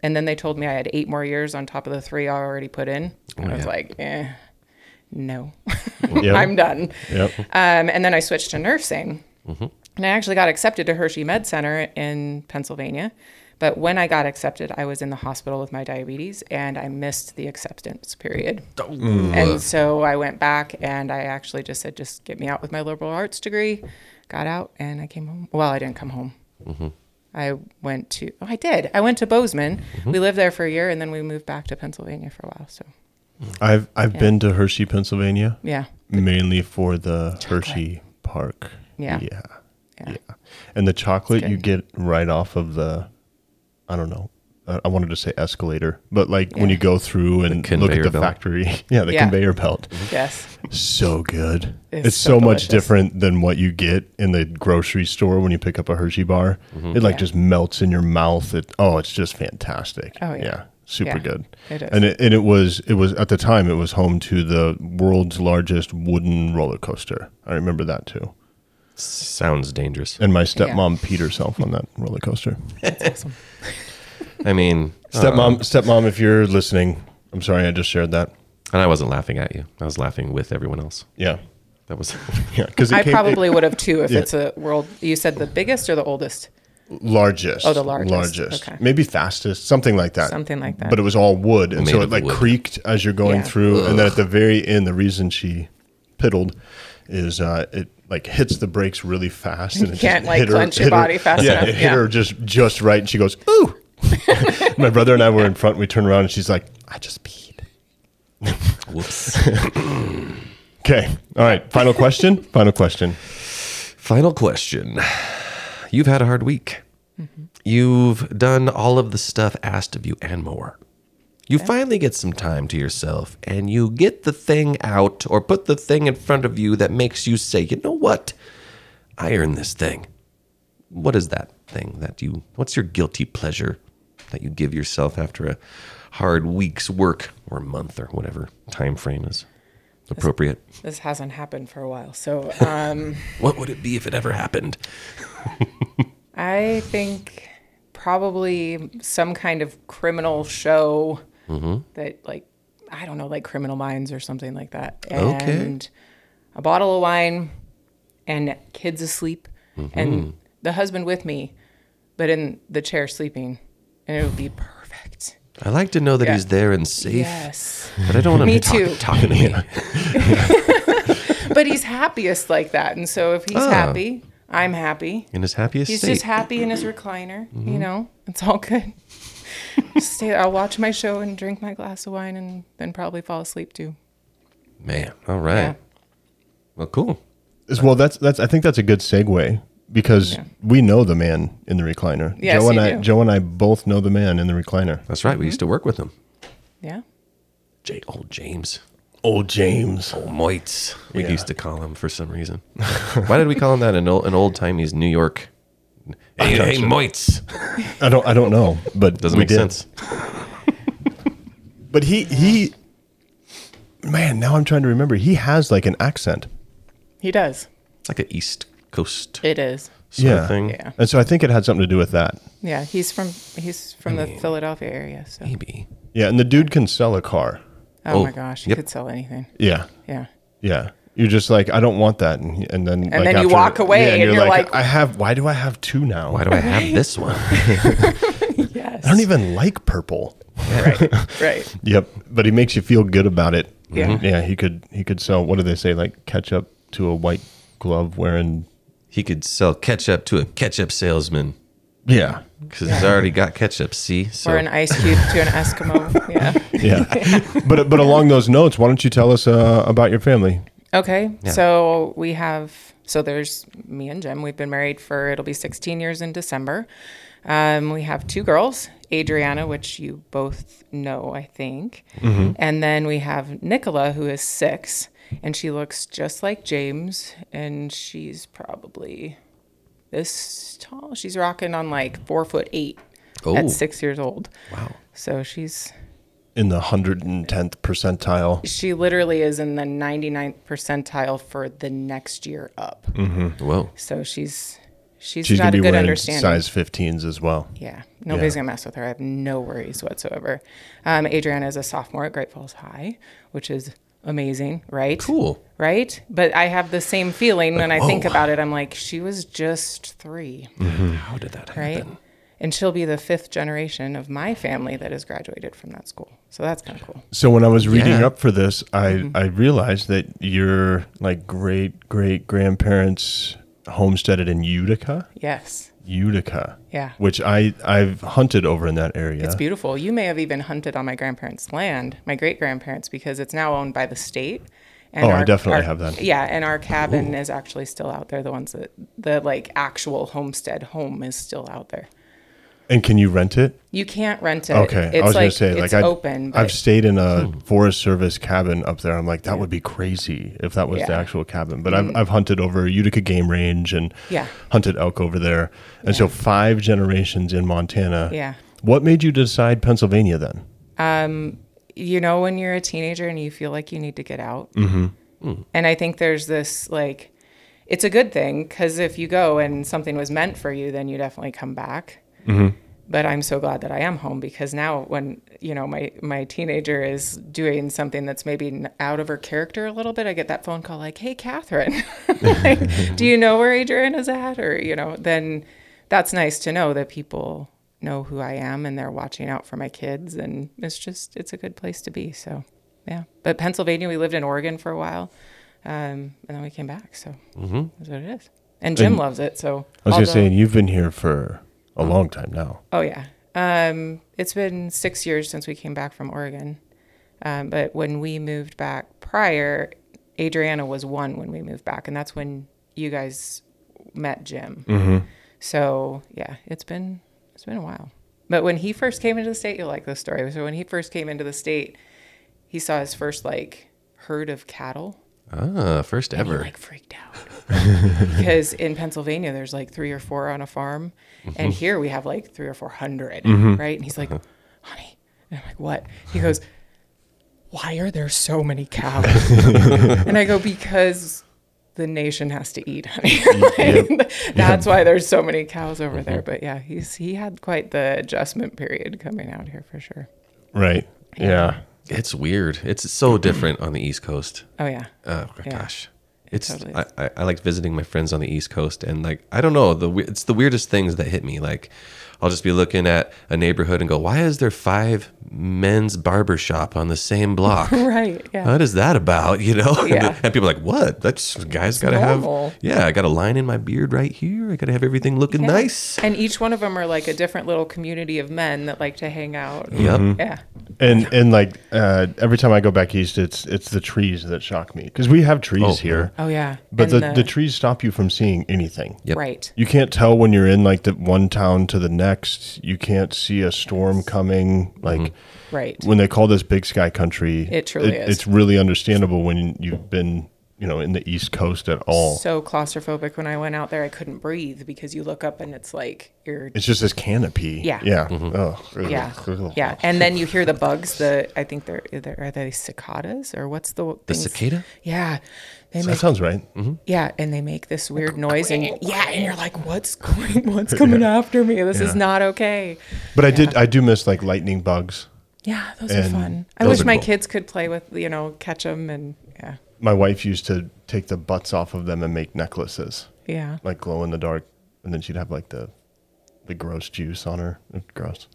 Speaker 3: And then they told me I had eight more years on top of the three I already put in.
Speaker 1: Oh,
Speaker 3: And I was
Speaker 2: yeah.
Speaker 3: like, eh, no,
Speaker 1: Yep.
Speaker 3: I'm done.
Speaker 1: Yep. Mm-hmm.
Speaker 3: Um, and then I switched to nursing. And I actually got accepted to Hershey Med Center in Pennsylvania. But when I got accepted, I was in the hospital with my diabetes and I missed the acceptance period. And so I went back and I actually just said, just get me out with my liberal arts degree. Got out and I came home. Well, I didn't come home.
Speaker 1: Mm-hmm.
Speaker 3: I went to, oh, I did. I went to Bozeman.
Speaker 1: Mm-hmm.
Speaker 3: We lived there for a year and then we moved back to Pennsylvania for a while. So,
Speaker 1: I've I've been to Hershey, Pennsylvania,
Speaker 3: yeah.
Speaker 1: mainly for the Hershey Park.
Speaker 3: Yeah.
Speaker 1: Yeah.
Speaker 3: Yeah.
Speaker 1: Yeah. And the chocolate
Speaker 3: It's
Speaker 1: you
Speaker 3: good.
Speaker 1: get right off of the, I don't know. I I wanted to say escalator, but like when
Speaker 3: Yeah.
Speaker 1: you go through and look at
Speaker 2: conveyor
Speaker 1: the
Speaker 2: belt.
Speaker 1: factory, yeah, the
Speaker 3: Yeah.
Speaker 1: conveyor belt.
Speaker 3: Yes.
Speaker 1: so good.
Speaker 3: It's
Speaker 1: It's,
Speaker 3: so
Speaker 1: so,
Speaker 3: delicious.
Speaker 1: much different than what you get in the grocery store when you pick up a Hershey bar. It like
Speaker 3: Mm-hmm. Yeah.
Speaker 1: just melts in your mouth. It oh, it's just fantastic.
Speaker 3: Oh, yeah.
Speaker 1: super
Speaker 3: Yeah,
Speaker 1: good.
Speaker 3: it is.
Speaker 1: And it and it was it was at the time it was home to the world's largest wooden roller coaster. I remember that too.
Speaker 2: sounds dangerous.
Speaker 1: And my stepmom peed herself on that roller coaster.
Speaker 2: I mean, uh,
Speaker 1: Stepmom, stepmom, if you're listening, I'm sorry I just shared that.
Speaker 2: and I wasn't laughing at you. I was laughing with everyone else.
Speaker 1: Yeah,
Speaker 2: That was
Speaker 1: yeah, because
Speaker 3: I
Speaker 1: it came
Speaker 3: probably would have too if
Speaker 1: Yeah.
Speaker 3: it's a world. You said the biggest or the oldest?
Speaker 1: largest.
Speaker 3: Oh, the largest.
Speaker 1: largest,
Speaker 3: Okay.
Speaker 1: maybe fastest, something like that.
Speaker 3: Something like that.
Speaker 1: But it was all wood, and
Speaker 2: Made
Speaker 1: so
Speaker 2: of
Speaker 1: it like
Speaker 2: wood.
Speaker 1: creaked as you're going
Speaker 3: Yeah.
Speaker 1: through. And then at the very end, the reason she piddled is uh, it like hits the brakes really fast, and it just
Speaker 3: can't, like,
Speaker 1: hit her-
Speaker 3: clench your
Speaker 1: hit her-
Speaker 3: body fast
Speaker 1: Yeah,
Speaker 3: enough.
Speaker 1: it hit
Speaker 3: Yeah.
Speaker 1: her just just right, and she goes, "Ooh!" My brother and I were in front. We turned around, and she's like, "I just peed."
Speaker 2: whoops.
Speaker 1: Okay, all right. Final question. Final question.
Speaker 2: Final question. You've had a hard week. You've done all of the stuff asked of you and more. You finally get some time to yourself and you get the thing out or put the thing in front of you that makes you say, you know what? I earned this thing. What is that thing that you, what's your guilty pleasure that you give yourself after a hard week's work or month or whatever time frame is appropriate?
Speaker 3: This hasn't happened for a while, so um,
Speaker 2: What would it be if it ever happened?
Speaker 3: I think probably some kind of criminal show that, like, I don't know, like Criminal Minds or something like that,
Speaker 2: Okay.
Speaker 3: and a bottle of wine, and kids asleep, and the husband with me, but in the chair sleeping, and it would be perfect.
Speaker 2: I like to know that
Speaker 3: Yeah.
Speaker 2: he's there and safe,
Speaker 3: Yes.
Speaker 2: but I don't want him
Speaker 3: Me
Speaker 2: to talk,
Speaker 3: too.
Speaker 2: talking to me.
Speaker 3: but he's happiest like that. And so if he's
Speaker 2: Ah.
Speaker 3: happy, I'm happy.
Speaker 2: In his happiest
Speaker 3: He's
Speaker 2: state. Mm-hmm.
Speaker 3: just happy in his recliner. You know, it's all good. Just stay. I'll watch my show and drink my glass of wine, and then probably fall asleep too.
Speaker 2: Man, all right.
Speaker 3: Yeah.
Speaker 2: Well, cool.
Speaker 1: As well, that's that's. I think that's a good segue because we know the man in the recliner.
Speaker 3: Yes,
Speaker 1: Joe and
Speaker 3: you
Speaker 1: I,
Speaker 3: do.
Speaker 1: Joe and I both know the man in the recliner.
Speaker 3: Mm-hmm.
Speaker 2: That's right. We used to work with him.
Speaker 3: Yeah.
Speaker 2: J- old James.
Speaker 1: Old James.
Speaker 2: Old Moitz, we used to call him for some reason. Why did we call him that in old, in old timey's New York?
Speaker 1: Oh,
Speaker 2: Hey,
Speaker 1: not
Speaker 2: hey
Speaker 1: sure.
Speaker 2: Moitz.
Speaker 1: I don't I don't know, but
Speaker 2: Doesn't
Speaker 1: we
Speaker 2: make
Speaker 1: did.
Speaker 2: sense.
Speaker 1: But he he man, now I'm trying to remember. He has like an accent.
Speaker 3: He does.
Speaker 2: It's like an East Coast
Speaker 3: It is.
Speaker 2: sort
Speaker 1: yeah.
Speaker 2: of thing.
Speaker 3: Yeah.
Speaker 1: And so I think it had something to do with that.
Speaker 3: Yeah, he's from he's from the Philadelphia area. So,
Speaker 2: Maybe.
Speaker 1: Yeah, and the dude can sell a car.
Speaker 3: oh,
Speaker 2: Oh,
Speaker 3: my gosh, he
Speaker 2: yep.
Speaker 3: could sell anything.
Speaker 1: Yeah.
Speaker 3: Yeah,
Speaker 1: Yeah. You're just like, I don't want that. And, and then, and
Speaker 3: then you walk away and you're like-
Speaker 1: I have, why do I have two now?
Speaker 2: Why do I have this one?
Speaker 3: yes,
Speaker 1: I don't even like purple.
Speaker 3: right.
Speaker 1: Yep. But he makes you feel good about it.
Speaker 3: Yeah. Mhm.
Speaker 1: Yeah. He could, he could sell, what do they say? Like ketchup to a white glove wearing.
Speaker 2: He could sell ketchup to a ketchup salesman
Speaker 1: Yeah.
Speaker 2: because he's already got ketchup. See, so
Speaker 3: Or an ice cube to an Eskimo. Yeah.
Speaker 1: Yeah. but, but along those notes, why don't you tell us uh, about your family?
Speaker 3: Okay. So we have, so there's me and Jim. We've been married for, it'll be 16 years in December. Um, we have two girls, Adriana, which you both know, I think. And then we have Nicola, who is six, and she looks just like James, and she's probably this tall. She's rocking on like four foot eight
Speaker 2: Oh.
Speaker 3: at six years old. Wow. So she's
Speaker 1: In the 110th percentile.
Speaker 3: she literally is in the 99th percentile for the next year up.
Speaker 2: whoa,
Speaker 3: So she's she's,
Speaker 1: She's going
Speaker 3: got
Speaker 1: to
Speaker 3: a
Speaker 1: be
Speaker 3: good
Speaker 1: wearing
Speaker 3: understanding.
Speaker 1: size 15s as well.
Speaker 3: Yeah, nobody's
Speaker 1: Yeah.
Speaker 3: gonna mess with her. I have no worries whatsoever. Um, Adriana is a sophomore at Great Falls High, which is amazing, right?
Speaker 2: cool.
Speaker 3: Right? But I have the same feeling when I think
Speaker 2: whoa. Mm.
Speaker 3: about it. I'm like, she was just three,
Speaker 2: How did that happen?
Speaker 3: right? And she'll be the fifth generation of my family that has graduated from that school. So that's kind of cool.
Speaker 1: So when I was reading
Speaker 2: Yeah.
Speaker 1: up for this, I
Speaker 3: Mm-hmm.
Speaker 1: I realized that your like great great grandparents homesteaded in Utica,
Speaker 3: Yes.
Speaker 1: Utica.
Speaker 3: Yeah.
Speaker 1: Which I I've hunted over in that area.
Speaker 3: It's beautiful. You may have even hunted on my grandparents' land, my great grandparents, because it's now owned by the state. And
Speaker 1: Oh, I definitely
Speaker 3: our-
Speaker 1: have that.
Speaker 3: Yeah, and our cabin is actually still out there. The ones that the like actual homestead home is still out there.
Speaker 1: and can you rent it?
Speaker 3: You can't rent it.
Speaker 1: Okay,
Speaker 3: it's
Speaker 1: I was
Speaker 3: like,
Speaker 1: gonna say like
Speaker 3: it's
Speaker 1: I
Speaker 3: open. But
Speaker 1: I've stayed in a Forest Service cabin up there. I'm like that would be crazy if that was the
Speaker 3: Yeah. Mm.
Speaker 1: actual cabin. But I've I've hunted over Utica Game Range and
Speaker 3: Yeah.
Speaker 1: hunted elk over there. And so five generations in Montana.
Speaker 3: Yeah.
Speaker 1: What made you decide Pennsylvania then?
Speaker 3: you know when you're a teenager and you feel like you need to get out mm-hmm. and i think there's this like it's a good thing because if you go and something was meant for you then you definitely come back but i'm so glad that i am home because now when you know my my teenager is doing something that's maybe n- out of her character a little bit i get that phone call like hey catherine like, do you know where adrian is at or you know then that's nice to know that people know who I am and they're watching out for my kids and it's just it's a good place to be. So yeah. But Pennsylvania, we lived in Oregon for a while. Um, and then we came back. So that's what it is. And Jim loves it. So
Speaker 1: Mm-hmm. I was going to
Speaker 3: although-
Speaker 1: say, and you've been here for a long time now.
Speaker 3: Oh yeah. Um, it's been six years since we came back from Oregon. Um, but when we moved back prior, Adriana was one when we moved back, and that's when you guys met Jim. So yeah, it's been it's been a while. But when he first came into the state, you'll like this story. So when he first came into the state, he saw his first like herd of cattle.
Speaker 2: Ah, first ever.
Speaker 3: Like freaked out because in Pennsylvania there's like three or four on a farm, and here we have like three or four hundred, right? And he's like, "Honey," and I'm like, "What?" He goes, "Why are there so many cows?" and I go, "Because." The nation has to eat, honey. Like, That's why there's so many cows over there. But yeah, he's he had quite the adjustment period coming out here for sure.
Speaker 1: Right. Yeah.
Speaker 2: it's weird. It's so different on the East Coast.
Speaker 3: Oh yeah,
Speaker 2: Oh my
Speaker 3: Yeah.
Speaker 2: gosh. It's
Speaker 3: totally
Speaker 2: I, I, I liked visiting my friends on the East Coast and like I don't know the we- it's the weirdest things that hit me like I'll just be looking at a neighborhood and go why is there five men's barber shop on the same block
Speaker 3: right. Yeah,
Speaker 2: What is that about? You know,
Speaker 3: Yeah.
Speaker 2: and people are like, what? That's guys got to
Speaker 3: normal.
Speaker 2: have. Yeah, I got a line in my beard right here. I got to have everything looking
Speaker 3: Yeah.
Speaker 2: nice.
Speaker 3: And each one of them are like a different little community of men that like to hang out.
Speaker 2: Yep. Mm-hmm.
Speaker 3: Yeah.
Speaker 1: And and like uh, every time I go back east, it's it's the trees that shock me because we have trees
Speaker 2: Oh,
Speaker 1: here,
Speaker 3: Oh yeah.
Speaker 1: but
Speaker 3: And
Speaker 1: the, the trees stop you from seeing anything.
Speaker 2: Yep.
Speaker 3: right.
Speaker 1: You can't tell when you're in like the one town to the next. You can't see a storm coming. Like
Speaker 3: Right.
Speaker 1: when they call this big sky country,
Speaker 3: Mm-hmm. It truly is.
Speaker 1: It's really understandable when you've been, you know, in the East Coast at all.
Speaker 3: So claustrophobic when I went out there, I couldn't breathe because you look up and it's like you're
Speaker 1: it's just this canopy.
Speaker 3: Yeah.
Speaker 1: Yeah. Oh.
Speaker 3: yeah
Speaker 1: Ugh.
Speaker 3: yeah, and then you hear the bugs. The I think they're, they're are they cicadas or what's the
Speaker 2: The
Speaker 3: things?
Speaker 2: cicada?
Speaker 3: Yeah, they
Speaker 1: That
Speaker 3: make
Speaker 1: sounds right.
Speaker 3: yeah, and they make this weird noise and yeah, and you're like, what's going? What's coming after me? This is not okay.
Speaker 1: But I did. I do miss like lightning bugs.
Speaker 3: Yeah, those
Speaker 1: And
Speaker 3: are fun. I
Speaker 1: those
Speaker 3: wish
Speaker 1: are
Speaker 3: my
Speaker 1: cool.
Speaker 3: kids could play with you know catch them and yeah
Speaker 1: My wife used to take the butts off of them and make necklaces,
Speaker 3: yeah.
Speaker 1: like glow in the dark, and then she'd have like the the gross juice on her. It's gross.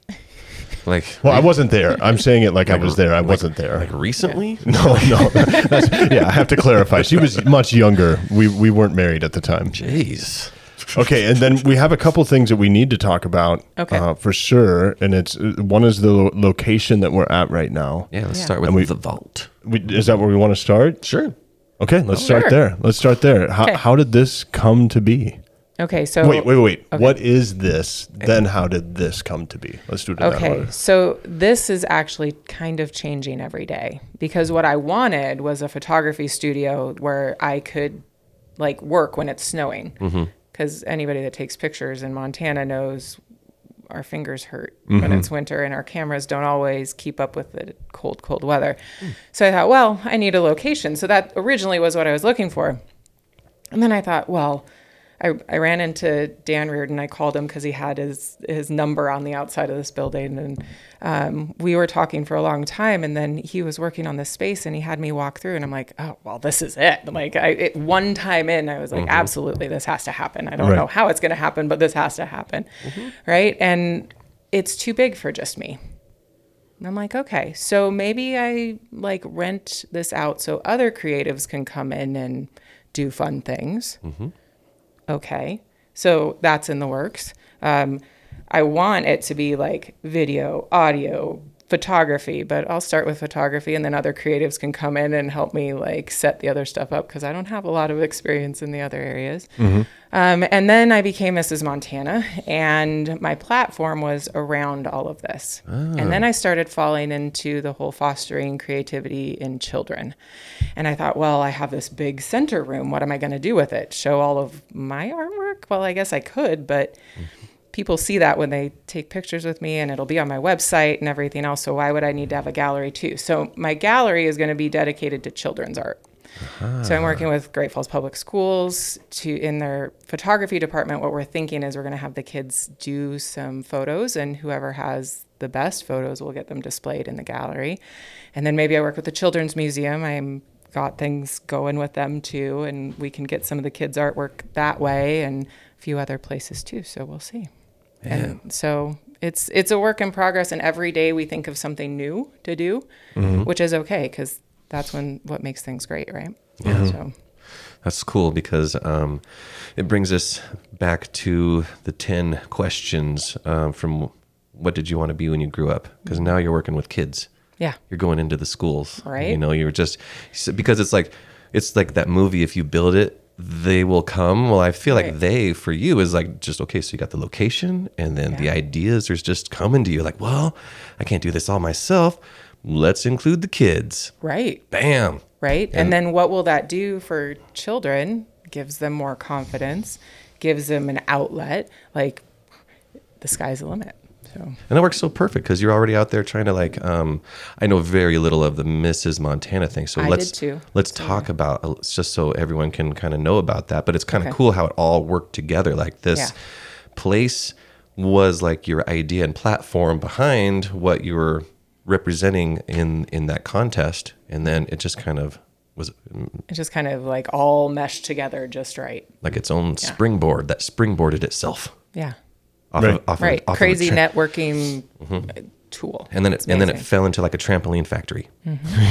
Speaker 2: Like,
Speaker 1: Well, I wasn't there. I'm saying it like I was there. I wasn't there.
Speaker 2: like recently?
Speaker 1: No, no. That's, yeah, I have to clarify. She was much younger. We we weren't married at the time.
Speaker 2: Jeez.
Speaker 1: Okay, and then we have a couple things that we need to talk about.
Speaker 3: Okay.
Speaker 1: Uh, for sure, and it's uh, one is the lo- location that we're at right now.
Speaker 2: Yeah, let's
Speaker 3: Yeah.
Speaker 2: start with
Speaker 1: And we-
Speaker 2: the vault.
Speaker 1: We, is that where we want to start?
Speaker 2: Sure.
Speaker 1: Okay, let's
Speaker 3: Oh, Sure.
Speaker 1: start there. Let's start there. How
Speaker 3: Okay.
Speaker 1: how did this come to be?
Speaker 3: Okay, so
Speaker 1: wait, wait, wait. What is this? Then how did this come to be? Let's do it in that
Speaker 3: Okay,
Speaker 1: order.
Speaker 3: so this is actually kind of changing every day because what I wanted was a photography studio where I could like work when it's snowing.
Speaker 1: Mm-hmm.
Speaker 3: Because anybody that takes pictures in Montana knows our fingers hurt when
Speaker 1: Mm-hmm.
Speaker 3: it's winter and our cameras don't always keep up with the cold, cold weather. So I thought, well, I need a location. So that originally was what I was looking for. And then I thought, well, I, I ran into Dan Reardon. I called him because he had his his number on the outside of this building, and um, we were talking for a long time. And then he was working on this space, and he had me walk through, and I'm like, oh, well, this is it. I'm like, I, it, one time in, I was like, absolutely, this has to happen. I don't
Speaker 1: Right.
Speaker 3: know how it's going to happen, but this has to happen, right? And it's too big for just me. And I'm like, okay, so maybe I like rent this out so other creatives can come in and do fun things. Okay, so that's in the works. Um, I want it to be like video, audio, photography, but I'll start with photography and then other creatives can come in and help me like set the other stuff up because I don't have a lot of experience in the other areas. Um, and then I became Mrs. Montana, and my platform was around all of this. And then I started falling into the whole fostering creativity in children. And I thought, well, I have this big center room. What am I going to do with it? Show all of my artwork? Well, I guess I could, but people see that when they take pictures with me and it'll be on my website and everything else. So why would I need to have a gallery too? So my gallery is going to be dedicated to children's art. So I'm working with Great Falls Public Schools to in their photography department. What we're thinking is we're going to have the kids do some photos, and whoever has the best photos will get them displayed in the gallery. And then maybe I work with the Children's Museum. I'm got things going with them too, and we can get some of the kids' artwork that way, and a few other places too. So we'll see. And so it's it's a work in progress, and every day we think of something new to do,
Speaker 2: Mm-hmm.
Speaker 3: which is okay because that's when what makes things great, right? Yeah. So
Speaker 2: That's cool because um, it brings us back to the 10 questions um, from what did you want to be when you grew up? Because now you're working with kids.
Speaker 3: yeah,
Speaker 2: You're going into the schools.
Speaker 3: Right.
Speaker 2: You know, you're just because it's like it's like that movie if you build it they will come. Well, I feel like
Speaker 3: Right.
Speaker 2: they for you is like just okay, so you got the location and then the
Speaker 3: Yeah.
Speaker 2: ideas are just coming to you like, well, I can't do this all myself. Let's include the kids.
Speaker 3: right,
Speaker 2: Bam.
Speaker 3: right. And then what will that do for children? Gives them more confidence, gives them an outlet. Like the sky's the limit. So
Speaker 2: And that works so perfect because you're already out there trying to like. Um, I know very little of the Mrs. Montana thing, so
Speaker 3: I did
Speaker 2: let's
Speaker 3: too.
Speaker 2: let's talk about it's just so everyone can kind of know about that. But it's kind of
Speaker 3: Okay.
Speaker 2: cool how it all worked together. Like this
Speaker 3: Yeah.
Speaker 2: place was like your idea and platform behind what you were representing in in that contest, and then it just kind of was mm,
Speaker 3: it just kind of like all meshed together just right.
Speaker 2: like its own springboard that springboarded itself
Speaker 3: Yeah.
Speaker 2: off
Speaker 1: Right.
Speaker 2: of off
Speaker 3: Right.
Speaker 2: of, off
Speaker 3: Crazy
Speaker 2: of a tra- Mm-hmm.
Speaker 3: networking uh tool.
Speaker 2: and then it
Speaker 3: It's
Speaker 2: and then it
Speaker 3: amazing.
Speaker 2: fell into like a trampoline factory.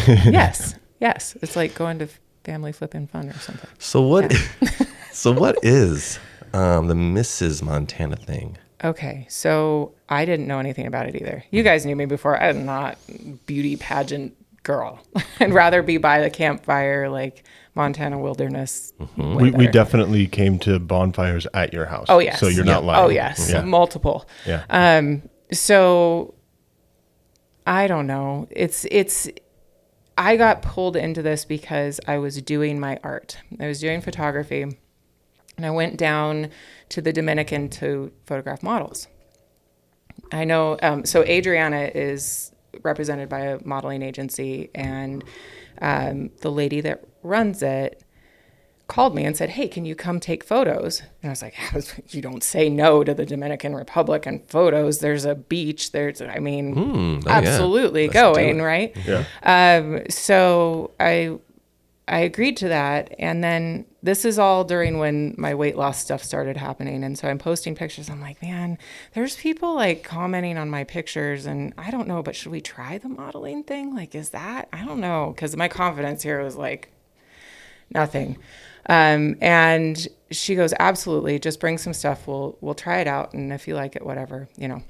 Speaker 3: yes, yes. It's like going to family flipping fun or something.
Speaker 2: So what? so what is um, the Mrs. Montana thing?
Speaker 3: Okay, so I didn't know anything about it either. You guys knew me before. I'm not beauty pageant girl. I'd rather be by the campfire, like Montana wilderness.
Speaker 1: Mm-hmm. We, we
Speaker 3: weather.
Speaker 1: definitely came to bonfires at your house.
Speaker 3: Oh yes.
Speaker 1: So you're not
Speaker 3: Yeah.
Speaker 1: lying.
Speaker 3: Oh yes, uh,
Speaker 1: Yeah.
Speaker 3: multiple.
Speaker 1: yeah.
Speaker 3: So I don't know. It's it's I got pulled into this because I was doing my art. I was doing photography and I went down to the Dominican to photograph models. I know um, so Adriana is represented by a modeling agency and um, the lady that runs it called me and said, "Hey, can you come take photos?" And I was like, "You don't say no to the Dominican Republic and photos. There's a beach. There's, I mean,
Speaker 2: oh, yeah.
Speaker 3: absolutely
Speaker 2: Let's do
Speaker 3: going
Speaker 2: it.
Speaker 3: right."
Speaker 1: yeah.
Speaker 3: Um, so I I agreed to that, and then this is all during when my weight loss stuff started happening, and so I'm posting pictures. I'm like, man, there's people like commenting on my pictures, and I don't know, but should we try the modeling thing? Like, is that I don't know, because my confidence here was like nothing. Um, and she goes, absolutely, just bring some stuff. We'll we'll try it out, and if you like it, whatever, you know.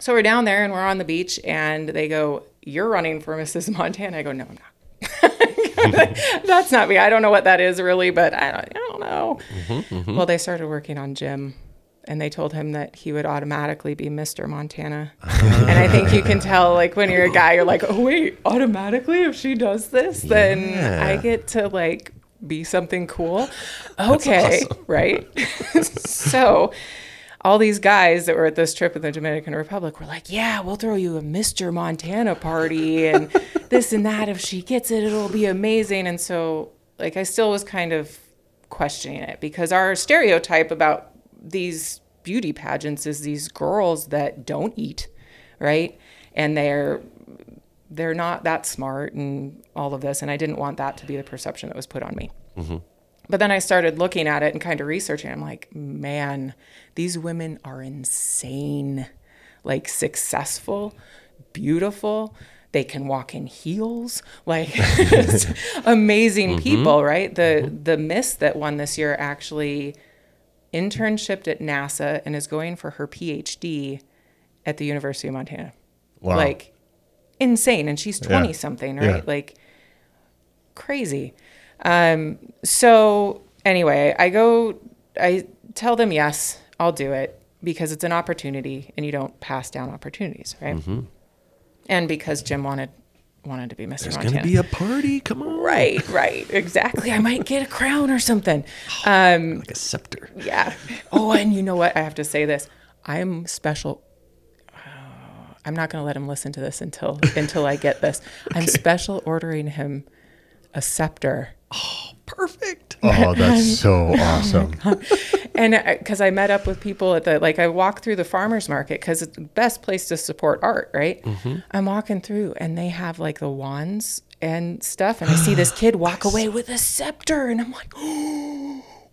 Speaker 3: So we're down there and we're on the beach, and they go, "You're running for Mrs. Montana." I go, "No, I'm not." That's not me. I don't know what that is really, but I don't, I don't know. Well, they started working on Jim, and they told him that he would automatically be Mr. Montana. and I think you can tell, like, when you're a guy, you're like, "Oh wait, automatically if she does this, then I
Speaker 2: Yeah.
Speaker 3: get to like." Be something cool. Okay, right? so all these guys that were at this trip in the Dominican Republic were like, "Yeah, we'll throw you a Mr. Montana party and this and that. If she gets it, it'll be amazing." And so, like, I still was kind of questioning it because our stereotype about these beauty pageants is these girls that don't eat, right? And they're they're not that smart and all of this. And I didn't want that to be the perception that was put on me. But then I started looking at it and kind of researching. I'm like, man, these women are insane, like successful, beautiful. They can walk in heels, like it's amazing people, right? The the Miss that won this year actually internshiped at NASA and is going for her PhD at the University of Montana.
Speaker 1: Wow.
Speaker 3: Like insane, and she's twenty something, right?
Speaker 1: Yeah.
Speaker 3: Like crazy. Um, so anyway, I go, I tell them, yes, I'll do it because it's an opportunity and you don't pass down opportunities. Right.
Speaker 2: Mm-hmm.
Speaker 3: And because Jim wanted, wanted to be Mr.
Speaker 2: There's
Speaker 3: Montana.
Speaker 2: gonna be a party. Come on,
Speaker 3: right. Right. Exactly. I might get a crown or something. Um,
Speaker 2: Like a scepter.
Speaker 3: yeah. Oh, and you know what? I have to say this. I'm special. Oh, I'm not going to let him listen to this until until I get this. I'm special ordering him a scepter.
Speaker 2: Perfect.
Speaker 1: Oh, that's so awesome.
Speaker 3: and because I met up with people at the like I walked through the farmers market because it's the best place to support art, right? I'm walking through and they have like the wands and stuff, and I see this kid walk away with a scepter, and I'm like,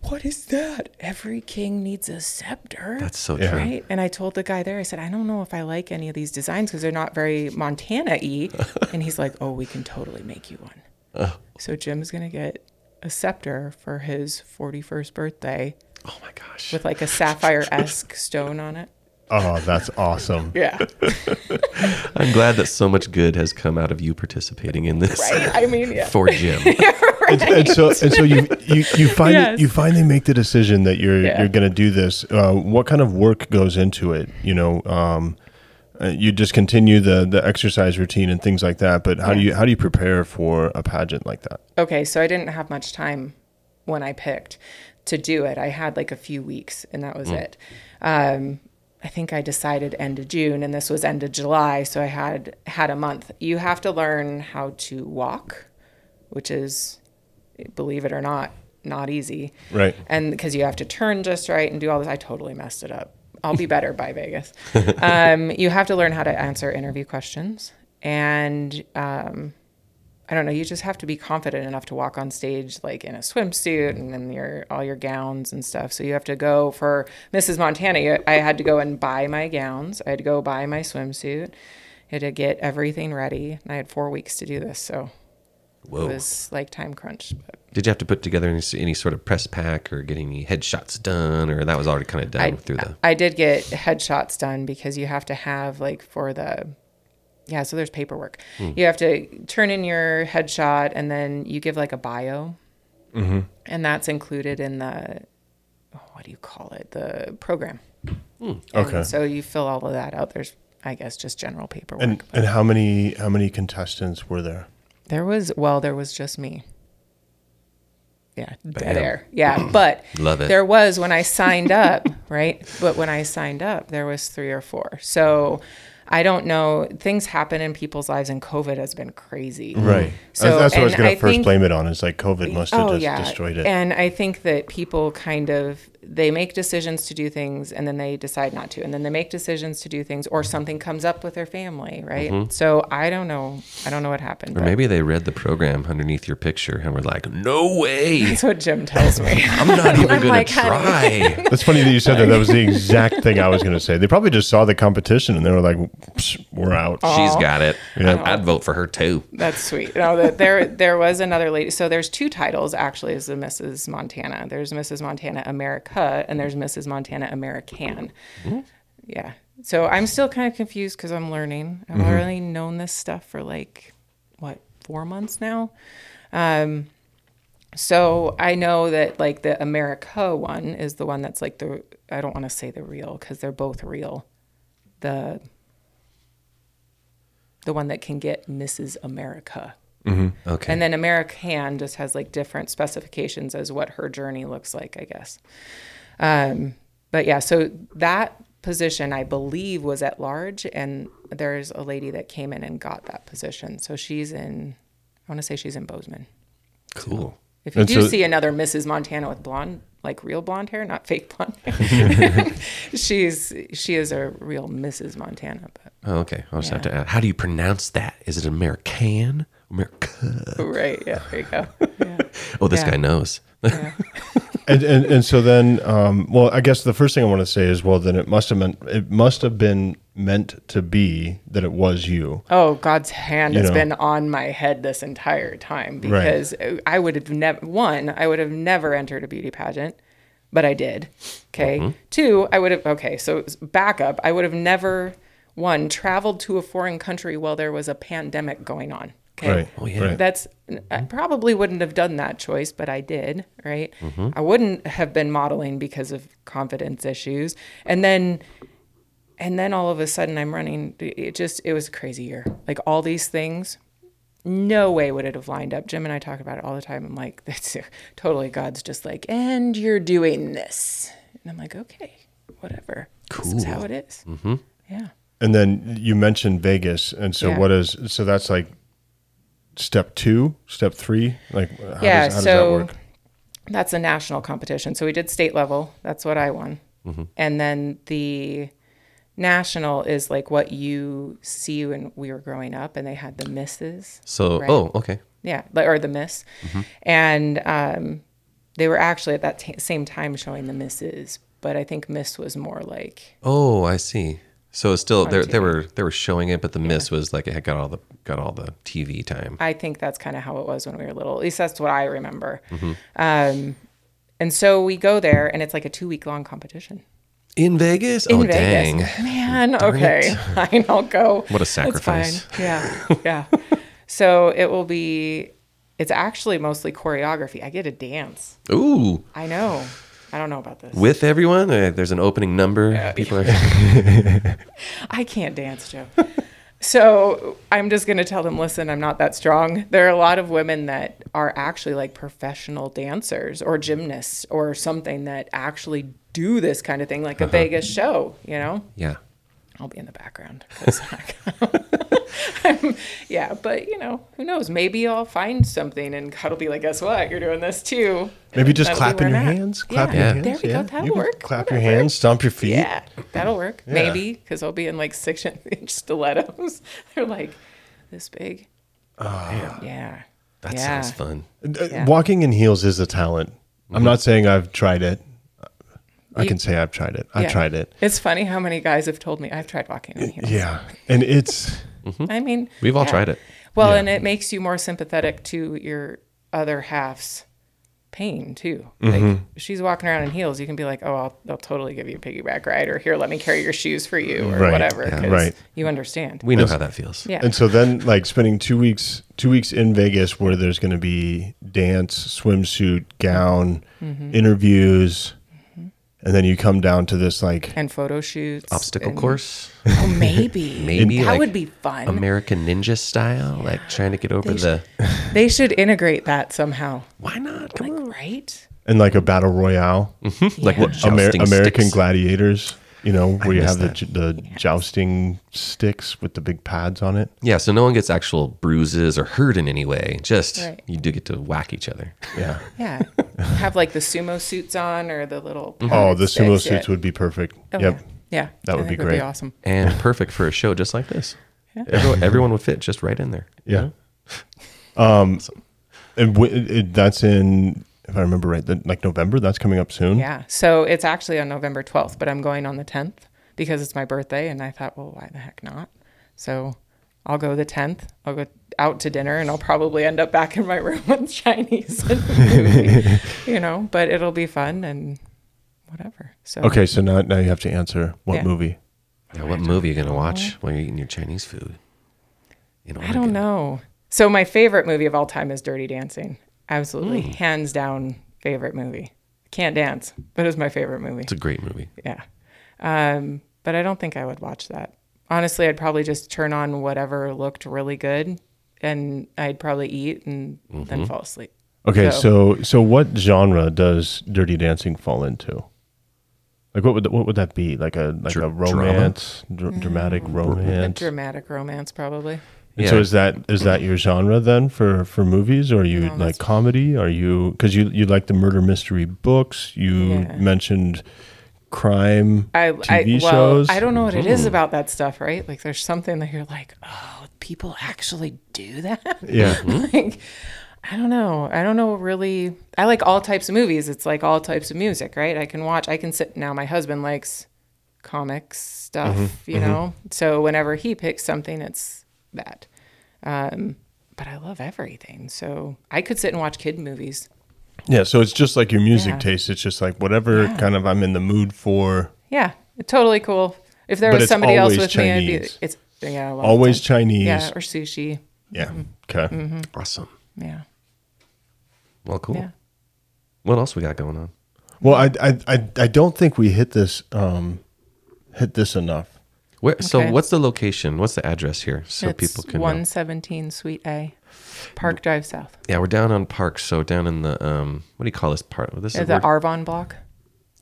Speaker 3: what is that? Every king needs a scepter.
Speaker 2: That's so
Speaker 1: Yeah.
Speaker 2: true.
Speaker 3: Right. And I told the guy there, I said, I don't know if I like any of these designs because they're not very Montana y. and he's like, Oh, we can totally make you one. So Jim's going to get a scepter for his 41st birthday
Speaker 2: Oh my gosh.
Speaker 3: with like a sapphire esque stone on it.
Speaker 1: Oh, that's awesome.
Speaker 3: Yeah.
Speaker 2: I'm glad that so much good has come out of you participating in this
Speaker 3: I mean, yeah.
Speaker 2: for Jim.
Speaker 1: And, and so and so you you, you find
Speaker 3: Yes.
Speaker 1: you finally make the decision that you're
Speaker 3: Yeah.
Speaker 1: you're going to do this. Uh, what kind of work goes into it? You know, um, uh, you just continue the the exercise routine and things like that. But how do you how do you prepare for a pageant like that?
Speaker 3: Okay. So I didn't have much time when I picked to do it. I had like a few weeks and that was it. Um, I think I decided end of June and this was end of July. So I had had a month. You have to learn how to walk, which is, believe it or not, not easy.
Speaker 1: Right.
Speaker 3: and because you have to turn just right and do all this i totally messed it up i'll be better by vegas um, you have to learn how to answer interview questions and um, i don't know you just have to be confident enough to walk on stage like in a swimsuit and then your all your gowns and stuff so you have to go for mrs montana you- i had to go and buy my gowns i had to go buy my swimsuit I had to get everything ready and i had four weeks to do this so
Speaker 2: Whoa.
Speaker 3: it was like time crunch but
Speaker 2: Did you have to put together any, any sort of press pack or get any headshots done, or that was already kind of done
Speaker 3: I,
Speaker 2: through the?
Speaker 3: I did get headshots done because you have to have like for the Yeah, so there's paperwork.
Speaker 1: Hmm.
Speaker 3: You have to turn in your headshot and then you give like a bio.
Speaker 1: Mm-hmm.
Speaker 3: And that's included in the, oh, what do you call it? The program. And
Speaker 1: Okay.
Speaker 3: So you fill all of that out. There's, I guess, just general paperwork.
Speaker 1: And and how many how many contestants were there?
Speaker 3: there was, well, there was just me. Yeah, dead
Speaker 2: Bam.
Speaker 3: air. Yeah, but
Speaker 2: Love it.
Speaker 3: there was when I signed up, right? But when I signed up, there was three or four. So I don't know. Things happen in people's lives, and COVID has been crazy.
Speaker 1: Right.
Speaker 3: Mm. So-
Speaker 1: that's what I was
Speaker 3: and
Speaker 1: going
Speaker 3: I
Speaker 1: to first
Speaker 3: think-
Speaker 1: blame it on. Is like COVID must have just destroyed it.
Speaker 3: Oh, And I think that people kind of they make decisions to do things and then they decide not to. And then they make decisions to do things or something comes up with their family, right? So I don't know. I don't know what happened.
Speaker 2: Mm-hmm. Or
Speaker 3: but
Speaker 2: maybe they read the program underneath your picture and were like, no way.
Speaker 3: that's what Jim tells me.
Speaker 2: I'm not even going
Speaker 3: like,
Speaker 2: to
Speaker 3: honey.
Speaker 2: try.
Speaker 1: That's funny that you said that. That was the exact thing I was going to say. They probably just saw the competition and they were like, "Psh, "We're out."
Speaker 3: Oh.
Speaker 2: She's got it.
Speaker 1: Yeah.
Speaker 2: I'd vote for her too.
Speaker 3: That's sweet. No, that there there was another lady. So there's two titles actually as the Mrs. Montana. There's Mrs. Montana America and there's Mrs. Montana American. Yeah. So I'm still kind of confused because I'm learning. I've already known this stuff for like what four months now. Um, So I know that like the America one is the one that's like the I don't want to say the real because they're both real. The the one that can get Mrs. America.
Speaker 2: Okay.
Speaker 3: And then American just has like different specifications as what her journey looks like, I guess. Um, but yeah, so that position I believe was at large, and there's a lady that came in and got that position. So she's in, I want to say she's in Bozeman.
Speaker 2: cool.
Speaker 3: If you
Speaker 1: And
Speaker 3: do
Speaker 1: so-
Speaker 3: see another Mrs. Montana with blonde, like real blonde hair, not fake blonde hair, she's she is a real Mrs. Montana. But
Speaker 2: Oh, okay. I'll just have to ask. How do you pronounce that? Is it American? America.
Speaker 3: right, yeah, there you go. Yeah.
Speaker 2: Oh, this
Speaker 3: Yeah.
Speaker 2: guy knows.
Speaker 1: And, and and so then, um, well, I guess the first thing I want to say is, well, then it must have meant it must have been meant to be that it was you.
Speaker 3: Oh, God's hand
Speaker 1: You
Speaker 3: has
Speaker 1: know.
Speaker 3: been on my head this entire time
Speaker 1: Right.
Speaker 3: because I would have never one, I would have never entered a beauty pageant, but I did. Okay.
Speaker 1: Mm-hmm.
Speaker 3: Two, I would have okay, so back up. I would have never one traveled to a foreign country while there was a pandemic going on. Okay.
Speaker 1: Right.
Speaker 2: Oh, yeah.
Speaker 1: Right.
Speaker 3: That's I probably wouldn't have done that choice, but I did, right?
Speaker 2: Mm-hmm.
Speaker 3: I wouldn't have been modeling because of confidence issues. And then and then all of a sudden I'm running it just it was a crazy year. Like all these things, no way would it have lined up. Jim and I talk about it all the time. I'm like, that's totally God's just like, and you're doing this. And I'm like, okay, whatever. This is how it Mm-hmm. Yeah.
Speaker 1: And then you mentioned Vegas, and so
Speaker 3: Yeah.
Speaker 1: what is so that's like step two, step three, like how,
Speaker 3: yeah,
Speaker 1: does, how
Speaker 3: so
Speaker 1: does that work?
Speaker 3: that's a national competition. So we did state level. That's what I won.
Speaker 1: Mm-hmm.
Speaker 3: And then the national is like what you see when we were growing up, and they had the misses.
Speaker 2: So,
Speaker 3: Right.
Speaker 2: oh, okay.
Speaker 3: Yeah, like- or the miss.
Speaker 1: Mm-hmm.
Speaker 3: And um, they were actually at that t- same time showing the misses, but I think miss was more like
Speaker 2: Oh, I see. So it's still there.
Speaker 3: TV.
Speaker 2: They were they were showing it, but the miss was like it had got all the got all the TV time.
Speaker 3: I think that's kind of how it was when we were little. At least that's what I remember.
Speaker 1: Mm-hmm.
Speaker 3: Um, and so we go there, and it's like a two week long competition.
Speaker 2: In Vegas?
Speaker 3: in
Speaker 2: oh,
Speaker 3: Vegas.
Speaker 2: dang.
Speaker 3: Man,
Speaker 2: Darn
Speaker 3: okay.
Speaker 2: it.
Speaker 3: Fine, I'll go.
Speaker 2: What a
Speaker 3: That's
Speaker 2: sacrifice.
Speaker 3: fine. Yeah. Yeah. so it will be it's actually mostly choreography. I get to dance.
Speaker 2: Ooh.
Speaker 3: I know. I don't know about this.
Speaker 2: With everyone? Uh, There's an opening number. People are.
Speaker 3: I can't dance, Joe. so I'm just going to tell them, listen, I'm not that strong. There are a lot of women that are actually like professional dancers or gymnasts or something that actually do this kind of thing, like
Speaker 2: Uh-huh.
Speaker 3: a Vegas show, you know?
Speaker 2: yeah.
Speaker 3: I'll be in the background. 'cause I'm- yeah, but you know, who knows? Maybe I'll find something, and God will be like, "Guess what? You're doing this too."
Speaker 1: Maybe just
Speaker 3: That'll be
Speaker 1: clapping your
Speaker 3: where I'm at.
Speaker 1: hands,
Speaker 3: Yeah,
Speaker 1: clap
Speaker 2: Yeah.
Speaker 1: your hands.
Speaker 3: There we go. That'll
Speaker 1: You can
Speaker 3: work.
Speaker 1: Clap your
Speaker 3: Whatever.
Speaker 1: hands, stomp your feet.
Speaker 3: Yeah, that'll work. Maybe, Maybe because I'll be in like six inch stilettos. They're like this big.
Speaker 1: Oh,
Speaker 3: yeah,
Speaker 2: That
Speaker 3: Yeah.
Speaker 2: sounds fun.
Speaker 1: Uh,
Speaker 3: Yeah.
Speaker 1: Walking in heels is a talent. I'm not saying I've tried it. I
Speaker 3: You-
Speaker 1: can say I've tried it. I
Speaker 3: yeah.
Speaker 1: tried it.
Speaker 3: It's funny how many guys have told me I've tried walking on heels.
Speaker 1: Yeah, and it's
Speaker 3: I mean,
Speaker 2: We've all tried it.
Speaker 3: Well,
Speaker 1: Yeah.
Speaker 3: and it makes you more sympathetic to your other halves pain too. Like
Speaker 1: Mm-hmm.
Speaker 3: if she's walking around in heels, you can be like, "Oh, I'll, I'll totally give you a piggyback ride," or "Here, let me carry your shoes for you," or
Speaker 1: Right.
Speaker 3: whatever.
Speaker 1: Yeah.
Speaker 3: 'cause
Speaker 1: Right.
Speaker 3: You understand.
Speaker 2: We know how that feels.
Speaker 3: yeah.
Speaker 1: And so then, like spending two weeks, two weeks in Vegas, where there's going to be dance, swimsuit, gown,
Speaker 3: Mm-hmm.
Speaker 1: interviews, and then you come down to this like
Speaker 3: and photo shoots.
Speaker 2: Obstacle
Speaker 3: and-
Speaker 2: course,
Speaker 3: Oh, maybe.
Speaker 2: maybe
Speaker 3: That
Speaker 2: like
Speaker 3: would be fun.
Speaker 2: American Ninja style, like trying to get over the.
Speaker 3: they should integrate that somehow.
Speaker 2: Why not? Come on,
Speaker 3: Right?
Speaker 1: and like a battle royale,
Speaker 2: like what?
Speaker 1: Amer-
Speaker 2: jousting
Speaker 1: American
Speaker 2: sticks?
Speaker 1: gladiators. You know, where you have
Speaker 2: miss
Speaker 1: the
Speaker 2: that.
Speaker 1: the, the jousting sticks with the big pads on it.
Speaker 2: Yeah, so no one gets actual bruises or hurt in any way. Just
Speaker 3: Right.
Speaker 2: you do get to whack each other.
Speaker 1: Yeah.
Speaker 3: Yeah. Have like the sumo suits on or the little.
Speaker 1: Oh, the
Speaker 3: sticks,
Speaker 1: sumo
Speaker 3: yeah.
Speaker 1: suits would be perfect.
Speaker 3: Oh,
Speaker 1: yep.
Speaker 3: Yeah. yeah.
Speaker 1: That
Speaker 3: I
Speaker 1: would be
Speaker 3: think
Speaker 1: great.
Speaker 3: awesome.
Speaker 2: and perfect for a show just like this. Everyone, everyone would fit just right in there.
Speaker 1: Yeah. Um, and w- it, it- that's in, if I remember right, then like November. That's coming up soon.
Speaker 3: Yeah. So it's actually on November 12th, but I'm going on the 10th because it's my birthday. And I thought, well, why the heck not? So I'll go the 10th. I'll go out to dinner and I'll probably end up back in my room with Chinese and movie, you know, but it'll be fun and whatever. So,
Speaker 1: Okay, so now now you have to answer what
Speaker 3: Yeah.
Speaker 1: movie.
Speaker 2: Now, what movie are you gonna watch while you're eating your Chinese food? You know,
Speaker 3: I don't know. So my favorite movie of all time is Dirty Dancing. Absolutely, hands down favorite movie. Can't dance, but it's my favorite movie.
Speaker 2: It's a great movie.
Speaker 3: Yeah. Um, but I don't think I would watch that. Honestly, I'd probably just turn on whatever looked really good and I'd probably eat and then fall asleep.
Speaker 1: Okay,
Speaker 3: So-
Speaker 1: so. so what genre does Dirty Dancing fall into? Like what would what would that be? Like a like
Speaker 2: Dr-
Speaker 1: a romance, dr- dramatic
Speaker 3: Mm. A
Speaker 1: romance.
Speaker 3: dramatic romance, probably.
Speaker 1: And So
Speaker 2: Yeah.
Speaker 1: is that is that your genre then for for movies? Or are you
Speaker 3: No,
Speaker 1: like
Speaker 3: that's-
Speaker 1: comedy? Are you because you you like the murder mystery books? You
Speaker 3: Yeah.
Speaker 1: mentioned crime
Speaker 3: I,
Speaker 1: TV
Speaker 3: I well,
Speaker 1: shows.
Speaker 3: I don't know what it is about that stuff, right? Like, there's something that you're like, oh, people actually do that.
Speaker 1: Yeah.
Speaker 3: like I don't know. I don't know really. I like all types of movies. It's like all types of music, right? I can watch. I can sit now. My husband likes comics stuff,
Speaker 1: Mm-hmm.
Speaker 3: you know. So whenever he picks something, it's that. Um, but I love everything. So I could sit and watch kid movies.
Speaker 1: Yeah, so it's just like your music
Speaker 3: Yeah.
Speaker 1: taste. It's just like whatever kind of I'm in the mood for.
Speaker 3: Yeah, totally cool. If there
Speaker 1: But
Speaker 3: was
Speaker 1: it's
Speaker 3: somebody else
Speaker 1: always
Speaker 3: with me, I'd be,
Speaker 1: Chinese.
Speaker 3: it's yeah, a lot of
Speaker 1: Always
Speaker 3: times.
Speaker 1: Chinese.
Speaker 3: Yeah, Mm-hmm. or sushi.
Speaker 1: Yeah. Okay.
Speaker 2: Awesome.
Speaker 3: Yeah,
Speaker 2: Well, cool.
Speaker 3: Mm. yeah.
Speaker 2: What else we got going on?
Speaker 1: Well, I, I I I don't think we hit this um hit this enough.
Speaker 2: Where? So,
Speaker 3: Okay.
Speaker 2: what's the location? What's the address here, so people can? know?
Speaker 3: 117 Suite A, Park Drive South.
Speaker 2: Yeah, we're down on Park. So down in the um, what do you call this part? This
Speaker 3: Is
Speaker 2: where-
Speaker 3: that Uh, Arvon block?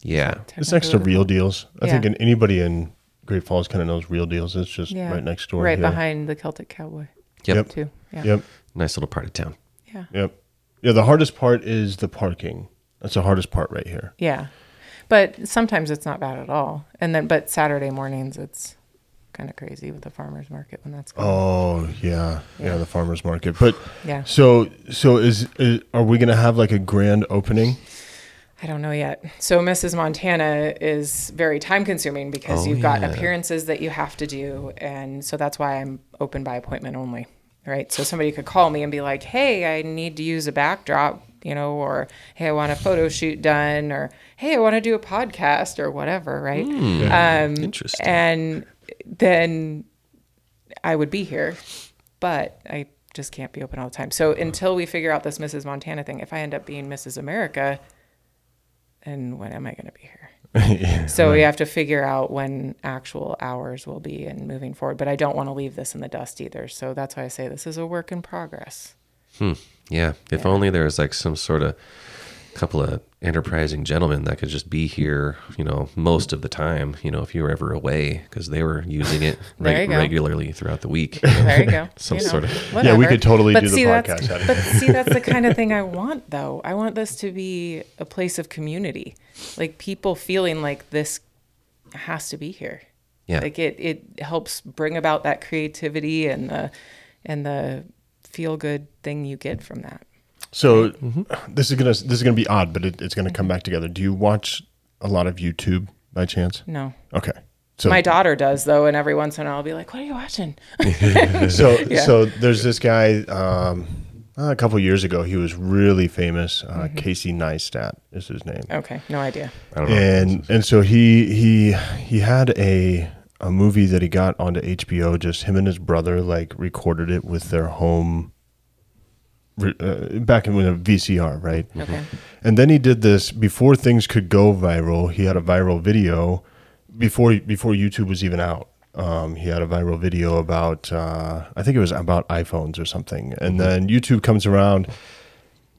Speaker 2: yeah.
Speaker 1: It's next to Real Deals. I
Speaker 3: Yeah.
Speaker 1: think in, anybody in Great Falls kind of knows Real Deals. It's just
Speaker 3: Yeah.
Speaker 1: right next door.
Speaker 3: Right
Speaker 1: here.
Speaker 3: behind the Celtic Cowboy,
Speaker 2: Yep.
Speaker 1: Yep.
Speaker 3: too. Yeah.
Speaker 1: Yep.
Speaker 2: Nice little part of town.
Speaker 3: Yeah.
Speaker 1: Yep. Yeah. The hardest part is the parking. That's the hardest part right here.
Speaker 3: Yeah. But sometimes it's not bad at all. And then, but Saturday mornings, it's kind of crazy with the farmer's market when that's going.
Speaker 1: Oh yeah, yeah. The farmers market, but
Speaker 3: Yeah.
Speaker 1: So so is, is are we gonna have like a grand opening?
Speaker 3: I don't know yet. So Mrs. Montana is very time consuming because
Speaker 2: Oh,
Speaker 3: you've got
Speaker 2: yeah.
Speaker 3: appearances that you have to do. And so that's why I'm open by appointment only. Right. So somebody could call me and be like, hey, I need to use a backdrop, you know, or hey, I want a photo shoot done, or hey, I want to do a podcast or whatever. Right. um,
Speaker 2: Hmm. Interesting.
Speaker 3: And then I would be here, but I just can't be open all the time. So until we figure out this Mrs. Montana thing, if I end up being Mrs. America, and when am I going to be here? so we have to figure out when actual hours will be and moving forward. But I don't want to leave this in the dust either. So that's why I say this is a work in progress.
Speaker 2: Yeah. If only there was like some sort of couple of enterprising gentlemen that could just be here, you know, most of the time, you know, if you were ever away, because they were using it
Speaker 3: There
Speaker 2: reg-
Speaker 3: you go.
Speaker 2: regularly throughout the week. you know.
Speaker 3: There you go.
Speaker 2: Some
Speaker 3: You know,
Speaker 2: sort of-
Speaker 1: Yeah, we could totally do the
Speaker 3: That's,
Speaker 1: podcast out of
Speaker 3: but see, that's the kind of thing I want, though. I want this to be a place of community, like people feeling like this has to be here.
Speaker 2: Yeah.
Speaker 3: like it it helps bring about that creativity and the and the feel good thing you get from that.
Speaker 1: So this is gonna this is gonna be odd, but it, it's gonna come back together. Do you watch a lot of YouTube by chance?
Speaker 3: No.
Speaker 1: Okay. So
Speaker 3: My daughter does though, and every once in a while I'll be like, "What are you watching?"
Speaker 1: so so there's this guy. Um, Uh, a couple years ago, he was really famous. Uh, Casey Neistat is his name.
Speaker 3: Okay, no idea.
Speaker 2: I don't know.
Speaker 1: and and so he he he had a a movie that he got onto HBO. Just him and his brother like recorded it with their home re- uh, back in with a VCR, right?
Speaker 2: Mm-hmm.
Speaker 3: Okay.
Speaker 1: And then he did this before things could go viral. He had a viral video before before YouTube was even out. Um, he had a viral video about uh, I think it was about iPhones or something.
Speaker 2: Mm-hmm.
Speaker 1: And then YouTube comes around.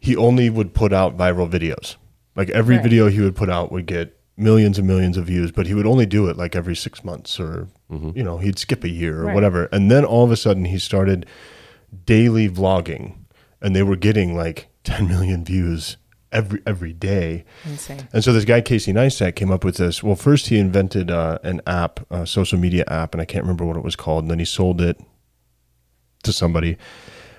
Speaker 1: He only would put out viral videos. Like every
Speaker 3: Right.
Speaker 1: video he would put out would get millions and millions of views, but he would only do it like every six months or you know he'd skip a year or
Speaker 3: Right.
Speaker 1: whatever. And then all of a sudden he started daily vlogging and they were getting like 10 million views every every day
Speaker 3: Insane.
Speaker 1: and so this guy casey neistat came up with this well first he invented uh, an app a social media app and i can't remember what it was called and then he sold it to somebody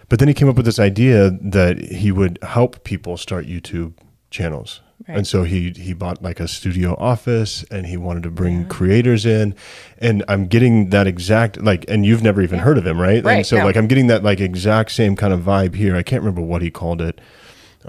Speaker 1: but then he came up with this idea that he would help people start youtube channels
Speaker 3: Right.
Speaker 1: and so he he bought like a studio office and he wanted to bring creators in and i'm getting that exact like and you've never even heard of him right and
Speaker 3: Right,
Speaker 1: so
Speaker 3: no.
Speaker 1: like i'm getting that like exact same kind of vibe here i can't remember what he called it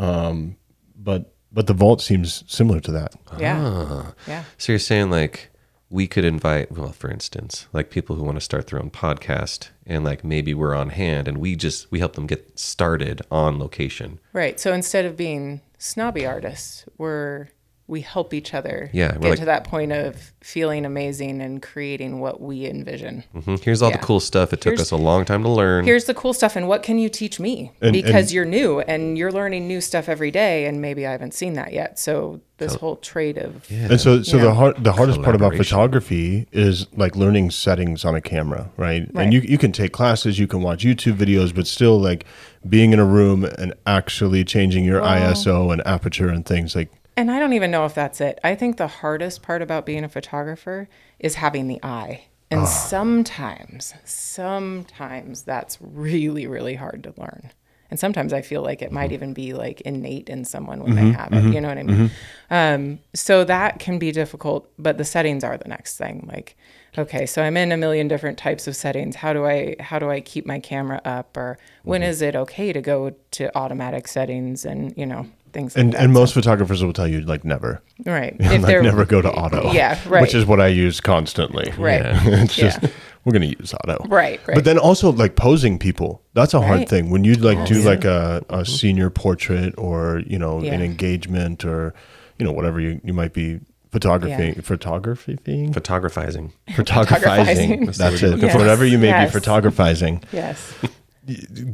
Speaker 1: Um, but but the vault seems similar to that.
Speaker 3: Yeah.
Speaker 2: Ah.
Speaker 3: Yeah.
Speaker 2: Uh-huh. So you're saying like we could invite, well, for instance, like people who want to start their own podcast, and like maybe we're on hand, and we just we help them get started on location.
Speaker 3: Right. So instead of being snobby artists, we're we help each other
Speaker 2: Yeah, we're
Speaker 3: get
Speaker 2: like-
Speaker 3: to that point of feeling amazing and creating what we envision.
Speaker 2: Mhm. Here's all
Speaker 3: Yeah.
Speaker 2: the cool stuff. It took
Speaker 3: Here's-
Speaker 2: us a long time to learn.
Speaker 3: Here's the cool stuff and what can you teach me?
Speaker 1: And-
Speaker 3: because
Speaker 1: and-
Speaker 3: you're new and you're learning new stuff every day and maybe I haven't seen that yet. So this whole trade of
Speaker 1: And so so the
Speaker 3: Yeah.
Speaker 1: hard the hardest part about
Speaker 2: Collaboration.
Speaker 1: photography is like learning settings on a camera, right?
Speaker 3: Right.
Speaker 1: And you you can take classes, you can watch YouTube videos, but still like being in a room and actually changing your ISO and aperture and things like
Speaker 3: And I don't even know if that's it. I think the hardest part about being a photographer is having the eye.
Speaker 1: Ah.
Speaker 3: And sometimes, sometimes that's really, really hard to learn. And sometimes I feel like it
Speaker 1: Mm-hmm.
Speaker 3: might even be like innate in someone when they have it. You know what I mean? Um, so that can be difficult, but the settings are the next thing. Like, okay, so I'm in a million different types of settings. How do I how do I keep my camera up? Or when
Speaker 1: Mm-hmm.
Speaker 3: is it okay to go to automatic settings and you know things like
Speaker 1: and
Speaker 3: that.
Speaker 1: and most photographers will tell you like never.
Speaker 3: Right.
Speaker 1: If like never go to auto.
Speaker 3: Yeah, right.
Speaker 1: Which is what I use constantly.
Speaker 3: Right.
Speaker 2: Yeah.
Speaker 1: it's just
Speaker 3: Yeah.
Speaker 1: we're gonna use auto
Speaker 3: Right, right.
Speaker 1: but then also like posing people that's a hard
Speaker 3: Right. Mm-hmm.
Speaker 1: thing when you like do like a, a senior portrait or you know
Speaker 3: Yeah.
Speaker 1: an engagement or you know whatever you, you might be photography photography thing
Speaker 2: Photographizing.
Speaker 3: Photographizing.
Speaker 1: photographizing that's it
Speaker 3: Yes.
Speaker 1: whatever you may
Speaker 3: Yes.
Speaker 1: be photographizing
Speaker 3: Yes.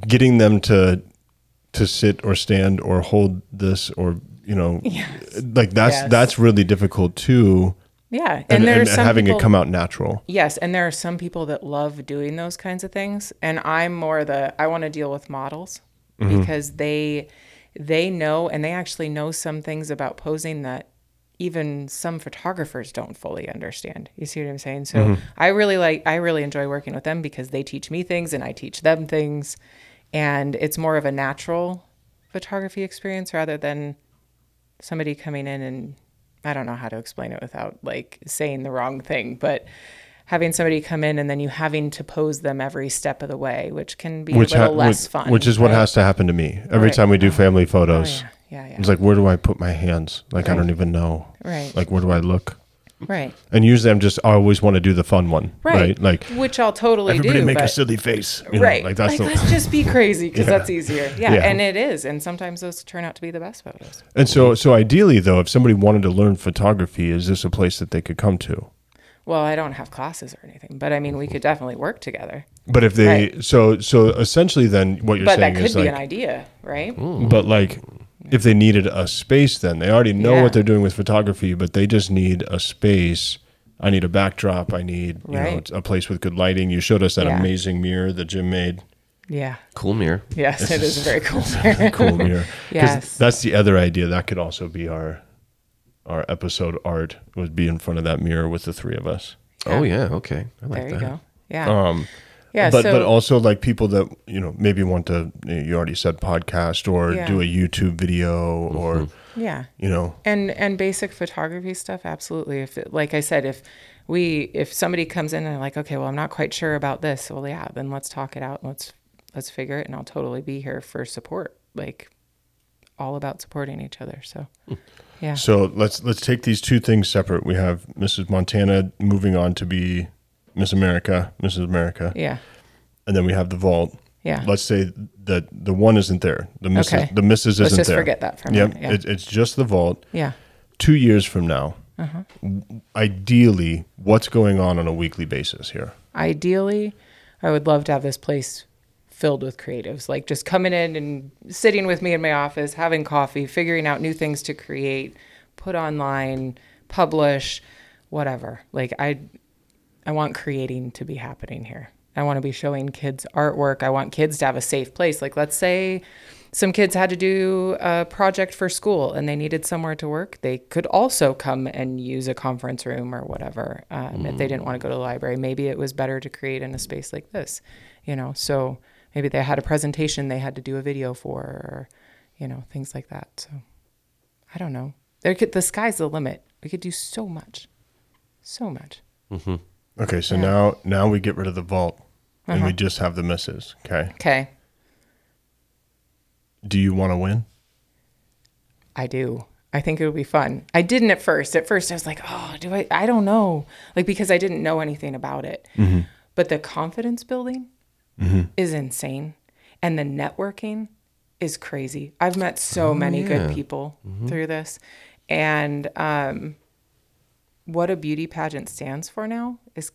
Speaker 1: getting them to to sit or stand or hold this or you know like that's
Speaker 3: Yes.
Speaker 1: that's really difficult too
Speaker 3: Yeah. And,
Speaker 1: and,
Speaker 3: there
Speaker 1: and,
Speaker 3: are some
Speaker 1: having
Speaker 3: people,
Speaker 1: it come out natural
Speaker 3: Yes, and there are some people that love doing those kinds of things, and I'm more the I want to deal with models
Speaker 1: Mm-hmm.
Speaker 3: because they they know and they actually know some things about posing that even some photographers don't fully understand. You see what I'm saying?
Speaker 1: Mm-hmm.
Speaker 3: So I really like I really enjoy working with them because they teach me things and I teach them things and it's more of a natural photography experience rather than somebody coming in and I don't know how to explain it without like saying the wrong thing, but having somebody come in and then you having to pose them every step of the way, which can be a
Speaker 1: ha-
Speaker 3: little less fun.
Speaker 1: Which is what
Speaker 3: right?
Speaker 1: has to happen to me every
Speaker 3: Right. Oh,
Speaker 1: time we do family photos.
Speaker 3: yeah. Yeah, yeah.
Speaker 1: It's like where do I put my hands? Like I don't even know.
Speaker 3: Right.
Speaker 1: Like where do I look?
Speaker 3: right,
Speaker 1: And usually I'm just I always want to do the fun one.
Speaker 3: right,
Speaker 1: Right. Like
Speaker 3: which I'll totally
Speaker 1: everybody
Speaker 3: do.
Speaker 1: make a
Speaker 3: but-
Speaker 1: silly face. you know,
Speaker 3: right,
Speaker 1: Like that's the
Speaker 3: let's just be crazy because that's easier. Yeah,
Speaker 1: Yeah.
Speaker 3: and it is, and sometimes those turn out to be the best photos.
Speaker 1: And so so ideally though, if somebody wanted to learn photography, is this a place that they could come to?
Speaker 3: Well, I don't have classes or anything, but I mean, we could definitely work together.
Speaker 1: But if they
Speaker 3: Right.
Speaker 1: so so essentially then what you're
Speaker 3: But
Speaker 1: saying
Speaker 3: that could
Speaker 1: is
Speaker 3: be
Speaker 1: like
Speaker 3: an idea, right?
Speaker 1: but like if they needed a space then they already know
Speaker 3: Yeah.
Speaker 1: what they're doing with photography but they just need a space i need a backdrop i need you
Speaker 3: Right.
Speaker 1: know a place with good lighting you showed us that
Speaker 3: Yeah.
Speaker 1: amazing mirror that jim made
Speaker 3: Yeah.
Speaker 2: Cool mirror.
Speaker 3: Yes, it is very cool.
Speaker 1: cool mirror 'Cause
Speaker 3: Yes.
Speaker 1: that's the other idea that could also be our our episode art would be in front of that mirror with the three of us
Speaker 2: Oh yeah. Okay. I like
Speaker 3: there
Speaker 2: that.
Speaker 3: you go. Yeah.
Speaker 1: um
Speaker 3: yeah.
Speaker 1: but
Speaker 3: so,
Speaker 1: but also like people that you know maybe want to you already said podcast or
Speaker 3: Yeah.
Speaker 1: do a youtube video or
Speaker 3: yeah.
Speaker 1: you know
Speaker 3: and and basic photography stuff absolutely if it, like i said if we if somebody comes in and they're like okay well i'm not quite sure about this well yeah then let's talk it out and let's let's figure it and I'll totally be here for support. Like all about supporting each other. So yeah.
Speaker 1: So let's let's take these two things separate. We have Mrs. Montana moving on to be Miss America, Mrs. America,
Speaker 3: yeah.
Speaker 1: and then we have the vault.
Speaker 3: Yeah.
Speaker 1: Let's say that the one isn't there. The Mrs.
Speaker 3: Okay.
Speaker 1: The Mrs. isn't
Speaker 3: Let's just
Speaker 1: there.
Speaker 3: forget that for a
Speaker 1: yep.
Speaker 3: minute, yeah.
Speaker 1: It, it's just the vault.
Speaker 3: Yeah. Uh-huh.
Speaker 1: Two years from now, w- ideally, what's going on on a weekly basis here?
Speaker 3: Ideally, I would love to have this place filled with creatives, like just coming in and sitting with me in my office, having coffee, figuring out new things to create, put online, publish, whatever. Like I I want creating to be happening here. I want to be showing kids artwork. I want kids to have a safe place. Like, let's say some kids had to do a project for school and they needed somewhere to work. They could also come and use a conference room or whatever um, if they didn't want to go to the library. Maybe it was better to create in a space like this, you know? So maybe they had a presentation they had to do a video for or, you know, things like that. So I don't know. There could, the sky's the limit. We could do so much, so much.
Speaker 1: Okay, so now now we get rid of the vault and
Speaker 3: Uh-huh.
Speaker 1: we just have the misses. Okay.
Speaker 3: Okay.
Speaker 1: Do you want to win?
Speaker 3: I do. I think it would be fun. I didn't at first. At first, I was like, oh, do I? I don't know. Like, because I didn't know anything about it. But the confidence building is insane. And the networking is crazy. I've met so many good people through this. And um, what a beauty pageant stands for now is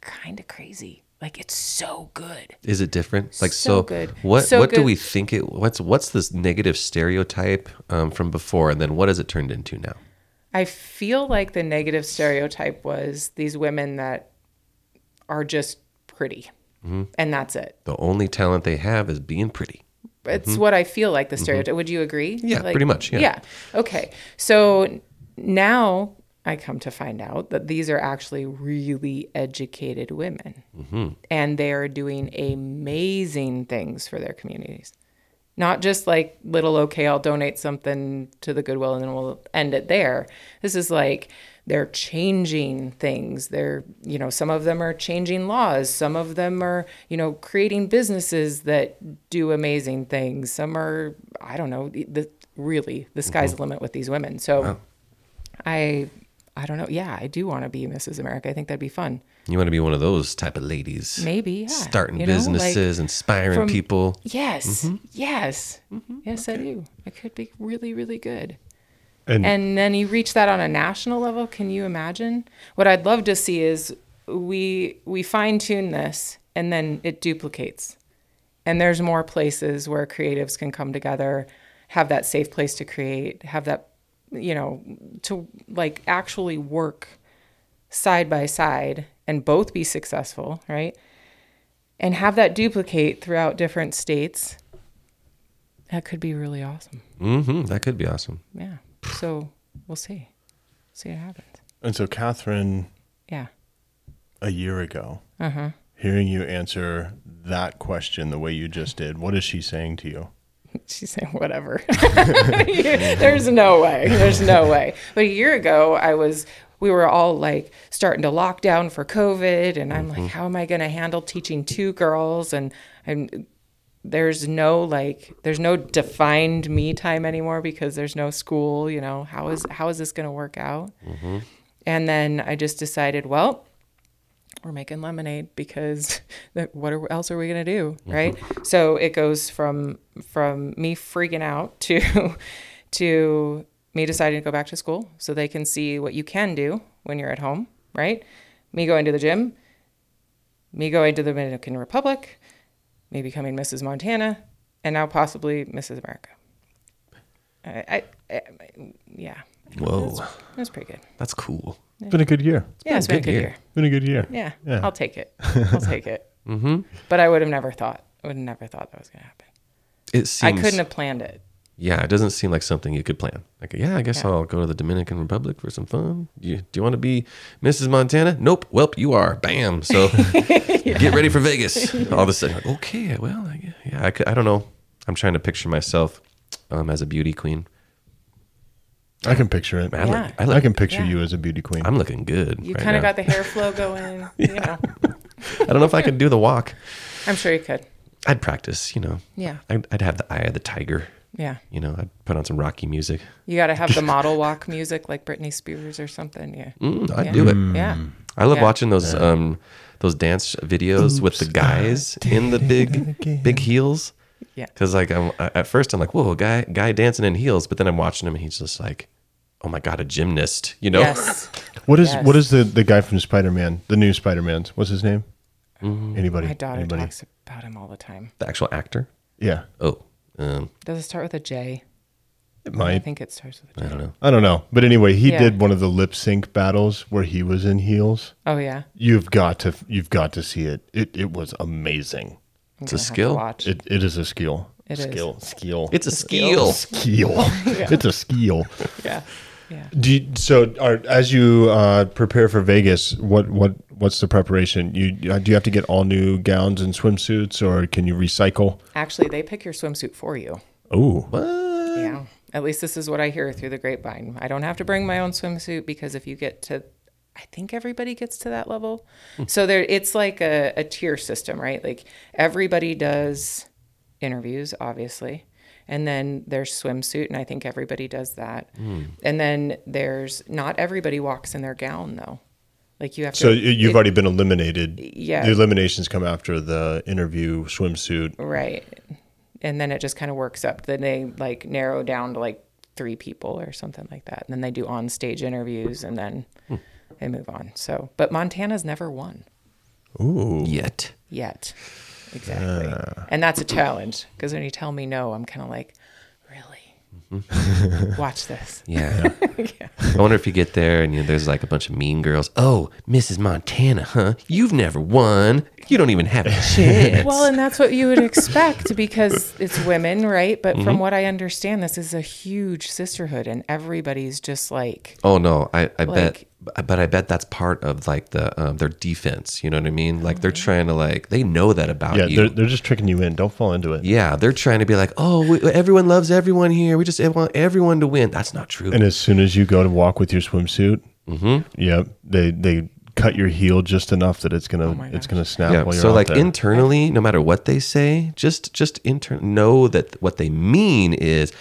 Speaker 3: kind of crazy. Like, it's so good.
Speaker 2: Is it different? Like so,
Speaker 3: So good.
Speaker 2: what
Speaker 3: So
Speaker 2: what do
Speaker 3: good.
Speaker 2: we think it what's what's this negative stereotype um, from before and then what has it turned into now?
Speaker 3: I feel like the negative stereotype was these women that are just pretty.
Speaker 2: Mm-hmm.
Speaker 3: And that's it.
Speaker 2: The only talent they have is being pretty.
Speaker 3: It's what I feel like the stereotype. Would you agree?
Speaker 2: Mm-hmm. Yeah,
Speaker 3: Like-
Speaker 2: pretty much, yeah.
Speaker 3: Okay. So now I come to find out that these are actually really educated women
Speaker 2: Mm-hmm.
Speaker 3: and they are doing amazing things for their communities. Not just like little, okay, I'll donate something to the Goodwill and then we'll end it there. This is like they're changing things. They're, you know, some of them are changing laws. Some of them are, you know, creating businesses that do amazing things. Some are, I don't know, the- the, really the sky's the limit with these women. So I, I don't know. Yeah, I do want to be Mrs. America. I think that'd be fun.
Speaker 2: You want to be one of those type of ladies.
Speaker 3: Maybe, yeah.
Speaker 2: Starting
Speaker 3: You know, like,
Speaker 2: businesses, inspiring
Speaker 3: from-
Speaker 2: people.
Speaker 3: Yes. Yes. Yes, I do. I could be really, really good.
Speaker 1: And,
Speaker 3: And then you reach that on a national level. Can you imagine? What I'd love to see is we we fine tune this and then it duplicates. And there's more places where creatives can come together, have that safe place to create, have that you know, to like actually work side by side and both be successful, right? And have that duplicate throughout different states. That could be really awesome.
Speaker 2: hmm That could be awesome.
Speaker 3: Yeah. So we'll see. See what happens.
Speaker 1: and so Catherine
Speaker 3: Yeah.
Speaker 1: a year ago,
Speaker 3: Mm-hmm.
Speaker 1: hearing you answer that question the way you just did, what is she saying to you?
Speaker 3: She's saying whatever. There's no way. There's no way. But a year ago, I was. We were all like starting to lock down for COVID, and I'm like, how am I going to handle teaching two girls? And I'm there's no like there's no defined me time anymore because there's no school you know how is how is this going to work out and then i just decided well we're making lemonade because that, what are, else are we going to do right so it goes from from me freaking out to to me deciding to go back to school so they can see what you can do when you're at home right me going to the gym me going to the Dominican Republic, me becoming Mrs. Montana, and now possibly Mrs. America. I, I, I yeah,
Speaker 2: Whoa,
Speaker 3: that's pretty good.
Speaker 2: that's cool.
Speaker 1: It's been a good year.
Speaker 3: Yeah, it's been a good year.
Speaker 1: Been a good year.
Speaker 3: Yeah,
Speaker 1: Yeah.
Speaker 3: I'll take it. I'll take it. mm-hmm. But I would have never thought. I would have never thought that was going to happen.
Speaker 2: It seems.
Speaker 3: I couldn't have planned it.
Speaker 2: Yeah, it doesn't seem like something you could plan. Like, yeah, I guess
Speaker 3: Yeah.
Speaker 2: I'll go to the Dominican Republic for some fun. You, do you want to be Mrs. Montana? Nope. Welp, you are. Bam. So get ready for Vegas. All of a sudden, like, okay, well, I, yeah, I, could, I don't know. I'm trying to picture myself um, as a beauty queen.
Speaker 1: I can picture it.
Speaker 2: I,
Speaker 3: Yeah.
Speaker 2: look, I,
Speaker 1: I,
Speaker 2: look,
Speaker 1: can picture
Speaker 3: yeah.
Speaker 1: you as a beauty queen.
Speaker 2: I'm looking good.
Speaker 3: You
Speaker 2: right
Speaker 3: kind of
Speaker 2: now.
Speaker 3: got the hair flow going. You know,
Speaker 2: I don't know if I can do the walk.
Speaker 3: I'm sure you could.
Speaker 2: I'd practice, you know.
Speaker 3: Yeah.
Speaker 2: I'd, I'd have the eye of the tiger.
Speaker 3: Yeah.
Speaker 2: You know, I'd put on some Rocky music.
Speaker 3: You got to have the model walk music like Britney Spears or something. Yeah.
Speaker 2: Mm, I'd do it.
Speaker 3: Yeah.
Speaker 2: I love
Speaker 3: Yeah.
Speaker 2: watching those um those dance videos with the guys in the big big heels.
Speaker 3: Yeah.
Speaker 2: Cause like I'm I- at first I'm like, whoa, guy guy dancing in heels, but then I'm watching him and he's just like, oh my god, a gymnast, you know?
Speaker 3: Yes.
Speaker 1: What is
Speaker 3: Yes.
Speaker 1: what is the the guy from Spider Man? The new Spider Man's. What's his name? Anybody?
Speaker 3: My daughter
Speaker 1: Anybody?
Speaker 3: talks about him all the time.
Speaker 2: The actual actor.
Speaker 1: Yeah,
Speaker 2: Oh, um,
Speaker 3: Does it start with a J?
Speaker 1: it
Speaker 3: I
Speaker 1: might.
Speaker 3: think it starts with a
Speaker 2: I
Speaker 3: J.
Speaker 2: don't know.
Speaker 1: I don't know, but anyway, he
Speaker 3: Yeah.
Speaker 1: did one of the lip sync battles where he was in heels.
Speaker 3: Oh yeah.
Speaker 1: You've got to you've got to see it. It it was amazing.
Speaker 3: I'm
Speaker 2: It's a
Speaker 3: gonna have to
Speaker 2: skill.
Speaker 3: watch.
Speaker 1: It it is a skill.
Speaker 3: It is.
Speaker 1: skill. Skill.
Speaker 2: It's a skill.
Speaker 1: skill. It's a skill.
Speaker 3: Yeah. Yeah.
Speaker 1: Do you, so. Are, as you uh, prepare for Vegas, what what what's the preparation? You uh, do you have to get all new gowns and swimsuits, or can you recycle?
Speaker 3: Actually, they pick your swimsuit for you.
Speaker 1: Oh,
Speaker 3: Yeah. At least this is what I hear through the grapevine. I don't have to bring my own swimsuit because if you get to, I think everybody gets to that level. So there, it's like a, a tier system, right? Like everybody does interviews, obviously. And then there's swimsuit, and I think everybody does that. And then there's not everybody walks in their gown though. Like you have
Speaker 1: So y-
Speaker 3: to.
Speaker 1: you've
Speaker 3: it-
Speaker 1: already been eliminated.
Speaker 3: Yeah.
Speaker 1: The eliminations come after the interview, swimsuit.
Speaker 3: Right. And then it just kind of works up. Then they like narrow down to like three people or something like that. And then they do on stage interviews and then they move on. So, but Montana's never won
Speaker 2: Yet.
Speaker 3: yet. Exactly. And that's a challenge because when you tell me no, I'm kind of like, really? Watch this.
Speaker 2: Yeah. I wonder if you get there and you know, there's like a bunch of mean girls. Oh, Mrs. Montana, huh? You've never won. You don't even have a chance.
Speaker 3: Well, and that's what you would expect because it's women, right? But from what I understand, this is a huge sisterhood and everybody's just like,
Speaker 2: oh no, I, I
Speaker 3: Like-
Speaker 2: bet, but I bet that's part of like the um, their defense. You know what I mean? Like
Speaker 3: Mm-hmm.
Speaker 2: they're trying to like they know that about
Speaker 1: Yeah,
Speaker 2: you.
Speaker 1: they're, they're just tricking you in. Don't fall into it.
Speaker 2: yeah, they're trying to be like, oh, we, everyone loves everyone here. We just want everyone to win. That's not true.
Speaker 1: And as soon as you go to walk with your swimsuit, yep, they they cut your heel just enough that it's gonna it's gonna snap
Speaker 2: yeah.
Speaker 1: while you're
Speaker 2: So
Speaker 1: out
Speaker 2: like
Speaker 1: there.
Speaker 2: internally, no matter what they say, just just intern know that what they mean is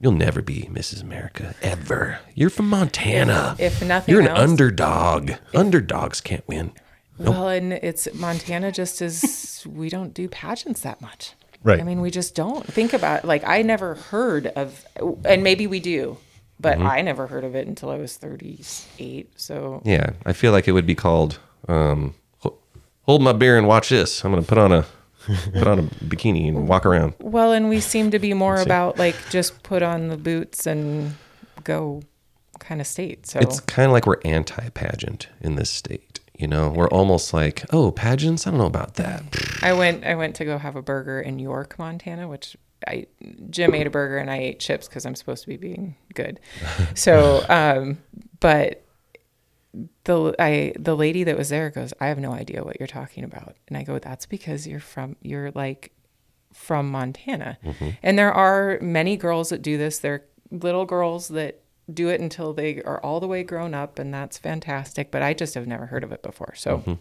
Speaker 2: you'll never be Mrs. America ever. You're from Montana.
Speaker 3: if nothing
Speaker 2: You're an
Speaker 3: else,
Speaker 2: underdog. Underdogs can't win.
Speaker 3: Well, and it's Montana just is we don't do pageants that much.
Speaker 1: Right.
Speaker 3: I mean, we just don't think about like I never heard of and maybe we do, but I never heard of it until I was 38. So
Speaker 2: Yeah, I feel like it would be called um, ho- "Hold my beer and watch this." I'm gonna put on a put on a bikini and walk around.
Speaker 3: well, and we seem to be more about like just put on the boots and go kind of state. So
Speaker 2: It's kind of like we're anti pageant in this state. You know, we're almost like, oh, pageants. I don't know about that.
Speaker 3: I went I went to go have a burger in York, Montana, which I Jim ate a burger and I ate chips because I'm supposed to be being good. So, um, but the I the lady that was there goes, I have no idea what you're talking about, and I go, that's because you're from you're like from Montana, and there are many girls that do this. They're little girls that do it until they are all the way grown up, and that's fantastic. But I just have never heard of it before, so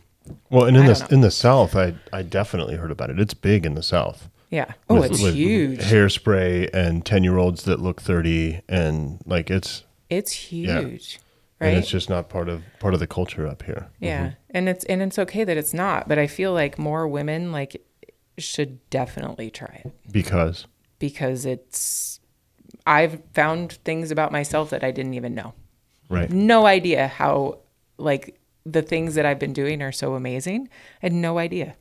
Speaker 1: well, and in
Speaker 3: I
Speaker 1: the
Speaker 3: don't know.
Speaker 1: in the South, I I definitely heard about it. It's big in the South.
Speaker 3: yeah. Oh,
Speaker 1: With-
Speaker 3: it's
Speaker 1: with
Speaker 3: huge.
Speaker 1: Hairspray and ten year olds that look thirty and like it's
Speaker 3: It's huge,
Speaker 1: and
Speaker 3: right?
Speaker 1: it's just not part of part of the culture up here.
Speaker 3: yeah, and it's and it's okay that it's not, but I feel like more women like should definitely try it
Speaker 1: Because
Speaker 3: because it's. I've found things about myself that I didn't even know.
Speaker 1: right.
Speaker 3: No idea how like the things that I've been doing are so amazing. I had no idea.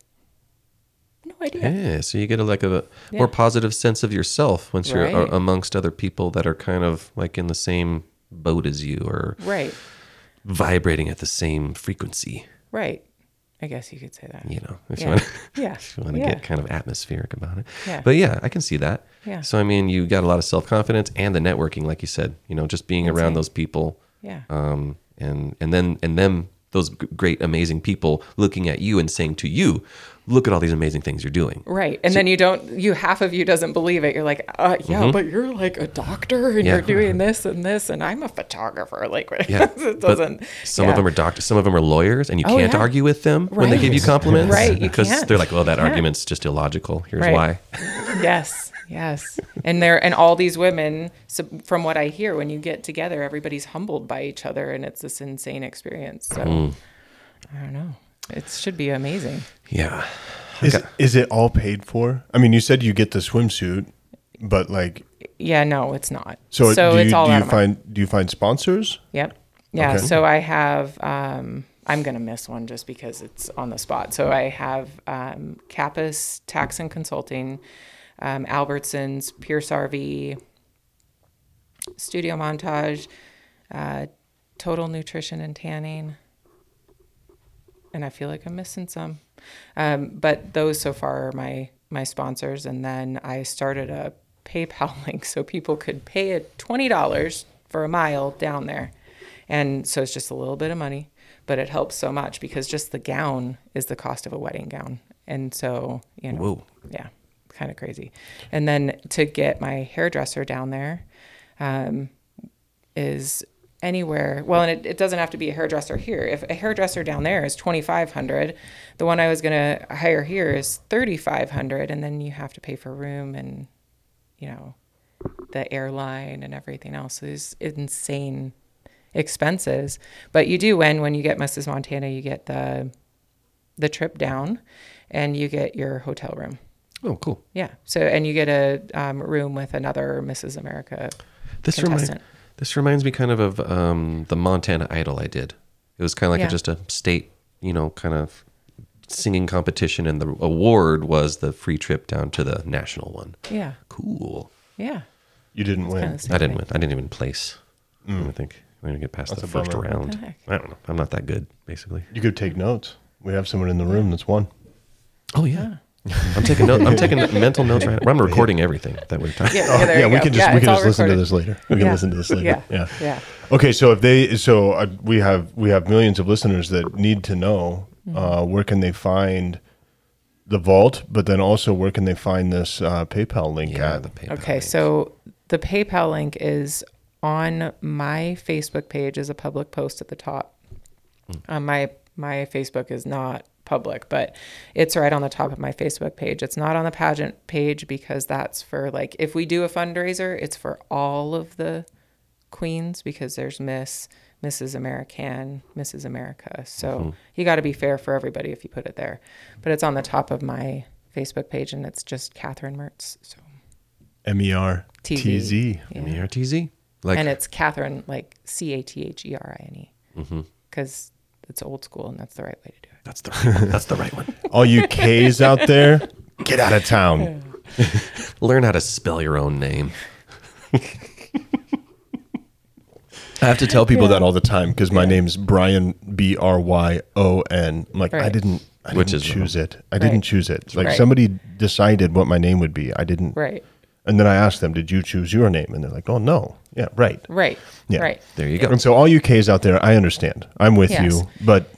Speaker 3: No idea.
Speaker 2: Yeah, so you get a, like a more positive sense of yourself once you're a-
Speaker 3: Right.
Speaker 2: amongst other people that are kind of like in the same boat as you or
Speaker 3: Right.
Speaker 2: vibrating at the same frequency.
Speaker 3: Right. I guess you could say that.
Speaker 2: You know, if
Speaker 3: Yeah.
Speaker 2: you want,
Speaker 3: Yeah.
Speaker 2: if you want to
Speaker 3: Yeah.
Speaker 2: get kind of atmospheric about it.
Speaker 3: Yeah.
Speaker 2: But yeah, I can see that.
Speaker 3: Yeah.
Speaker 2: So I mean, you got a lot of self confidence and the networking, like you said. You know, just being around those people.
Speaker 3: Yeah.
Speaker 2: Um, and and then and them those g- great, amazing people looking at you and saying to you, "Look at all these amazing things you're doing."
Speaker 3: Right. And then you don't, you half of you doesn't believe it. You're like, uh, yeah, but you're like a doctor and
Speaker 2: Mm-hmm. Yeah.
Speaker 3: you're doing this and this, and I'm a photographer. Like,
Speaker 2: Yeah,
Speaker 3: it
Speaker 2: but
Speaker 3: doesn't. Oh,
Speaker 2: Some of them are doctors. Some of them are lawyers, and you can't
Speaker 3: yeah.
Speaker 2: argue with them when they give you
Speaker 3: Right.
Speaker 2: compliments,
Speaker 3: Right, you
Speaker 2: Because
Speaker 3: can't.
Speaker 2: they're like, "Well, that
Speaker 3: You can't.
Speaker 2: argument's just illogical. Here's
Speaker 3: Right.
Speaker 2: why."
Speaker 3: Yes. Yes. And there, and all these women, so from what I hear, when you get together, everybody's humbled by each other and it's this insane experience. So
Speaker 2: Mm.
Speaker 3: I don't know. It should be amazing.
Speaker 2: Yeah.
Speaker 3: Mm-hmm.
Speaker 1: Is, is it all paid for? I mean, you said you get the swimsuit, but like,
Speaker 3: Yeah. No, it's not.
Speaker 1: so, do you,
Speaker 3: it's all
Speaker 1: do
Speaker 3: out
Speaker 1: you
Speaker 3: of my
Speaker 1: find do you find sponsors?
Speaker 3: Yep. Yeah.
Speaker 1: Okay.
Speaker 3: So I have, um, I'm going to miss one just because it's on the spot. So I have um, Kappas Tax and Consulting, um, Albertsons, Pierce RV, Studio Montage, uh, Total Nutrition and Tanning. And I feel like I'm missing some. Um, but those so far are my, my sponsors. And then I started a PayPal link so people could pay it $20 for a mile down there. And so it's just a little bit of money, but it helps so much because just the gown is the cost of a wedding gown. And so, you know,
Speaker 2: Whoa.
Speaker 3: yeah, kind of crazy. And then to get my hairdresser down there, is anywhere well and it, it doesn't have to be a hairdresser here if a hairdresser down there is 2500 the one i was going to hire here is 3500 and then you have to pay for room and you know the airline and everything else is insane expenses but you do win when you get mrs montana you get the the trip down and you get your hotel room
Speaker 2: Oh, cool.
Speaker 3: yeah so and you get a um, room with another mrs america
Speaker 2: This reminds
Speaker 3: contestant.
Speaker 2: this reminds me kind of of um, the Montana Idol I did. It was kind of like
Speaker 3: Yeah.
Speaker 2: a, just a state, you know, kind of singing competition, and the award was the free trip down to the national one.
Speaker 3: yeah
Speaker 2: Cool.
Speaker 3: yeah
Speaker 1: You didn't win.
Speaker 3: kinda the same
Speaker 2: I didn't
Speaker 3: thing.
Speaker 2: win. I didn't even place. I don't think I'm gonna get past
Speaker 1: That's
Speaker 2: the
Speaker 1: a
Speaker 2: first
Speaker 1: bummer.
Speaker 2: round.
Speaker 3: the heck?
Speaker 2: I don't know. I'm not that good, basically.
Speaker 1: You could take notes. We have someone in the room that's won.
Speaker 2: Oh yeah. I'm taking note, I'm taking mental notes right now. I'm recording everything that we're talking.
Speaker 3: Yeah, yeah, there
Speaker 1: Oh, yeah,
Speaker 3: you
Speaker 1: we
Speaker 3: go.
Speaker 1: can just
Speaker 3: Yeah,
Speaker 1: we
Speaker 3: it's
Speaker 1: can
Speaker 3: all
Speaker 1: just listen to
Speaker 3: recorded.
Speaker 1: this later. We can
Speaker 3: Yeah.
Speaker 1: listen to this later. Yeah.
Speaker 3: Yeah. Yeah.
Speaker 1: Okay, so if they so uh, we have we have millions of listeners that need to know uh,
Speaker 3: Mm-hmm.
Speaker 1: where can they find the vault, but then also where can they find this uh, PayPal link
Speaker 2: Yeah,
Speaker 1: at?
Speaker 2: the PayPal.
Speaker 3: Okay,
Speaker 2: link.
Speaker 3: so the PayPal link is on my Facebook page as a public post at the top.
Speaker 2: Hmm.
Speaker 3: Uh, my my Facebook is not public, but it's right on the top of my Facebook page. It's not on the pageant page because that's for like if we do a fundraiser, it's for all of the queens because there's Miss, Mrs. American, Mrs. America. So
Speaker 2: Mm-hmm.
Speaker 3: you got to be fair for everybody if you put it there. But it's on the top of my Facebook page and it's just Catherine Mertz. So
Speaker 1: M E R
Speaker 3: TV.
Speaker 1: T Z.
Speaker 3: yeah.
Speaker 2: E MRTZ. Like
Speaker 3: and it's Catherine, like C A T H E R I N E,
Speaker 1: Mm-hmm.
Speaker 3: because it's old school and that's the right way to do it.
Speaker 2: that's the that's the right one.
Speaker 1: All you K's out there, get out of town.
Speaker 2: Learn how to spell your own name. I have to
Speaker 1: Tell people that all the time because my name's Brian B R Y O N. I'm Like I
Speaker 3: Right.
Speaker 1: didn't, I
Speaker 2: Which
Speaker 1: didn't
Speaker 2: is
Speaker 1: choose it. I didn't
Speaker 3: Right.
Speaker 1: choose it. Like
Speaker 3: Right.
Speaker 1: somebody decided what my name would be. I didn't.
Speaker 3: Right,
Speaker 1: And then I asked them, "Did you choose your name?" And they're like, "Oh no, yeah, right."
Speaker 3: right,
Speaker 1: Yeah.
Speaker 3: right.
Speaker 2: There you go.
Speaker 1: And so all you K's out there, I understand. I'm with
Speaker 3: Yes.
Speaker 1: you, but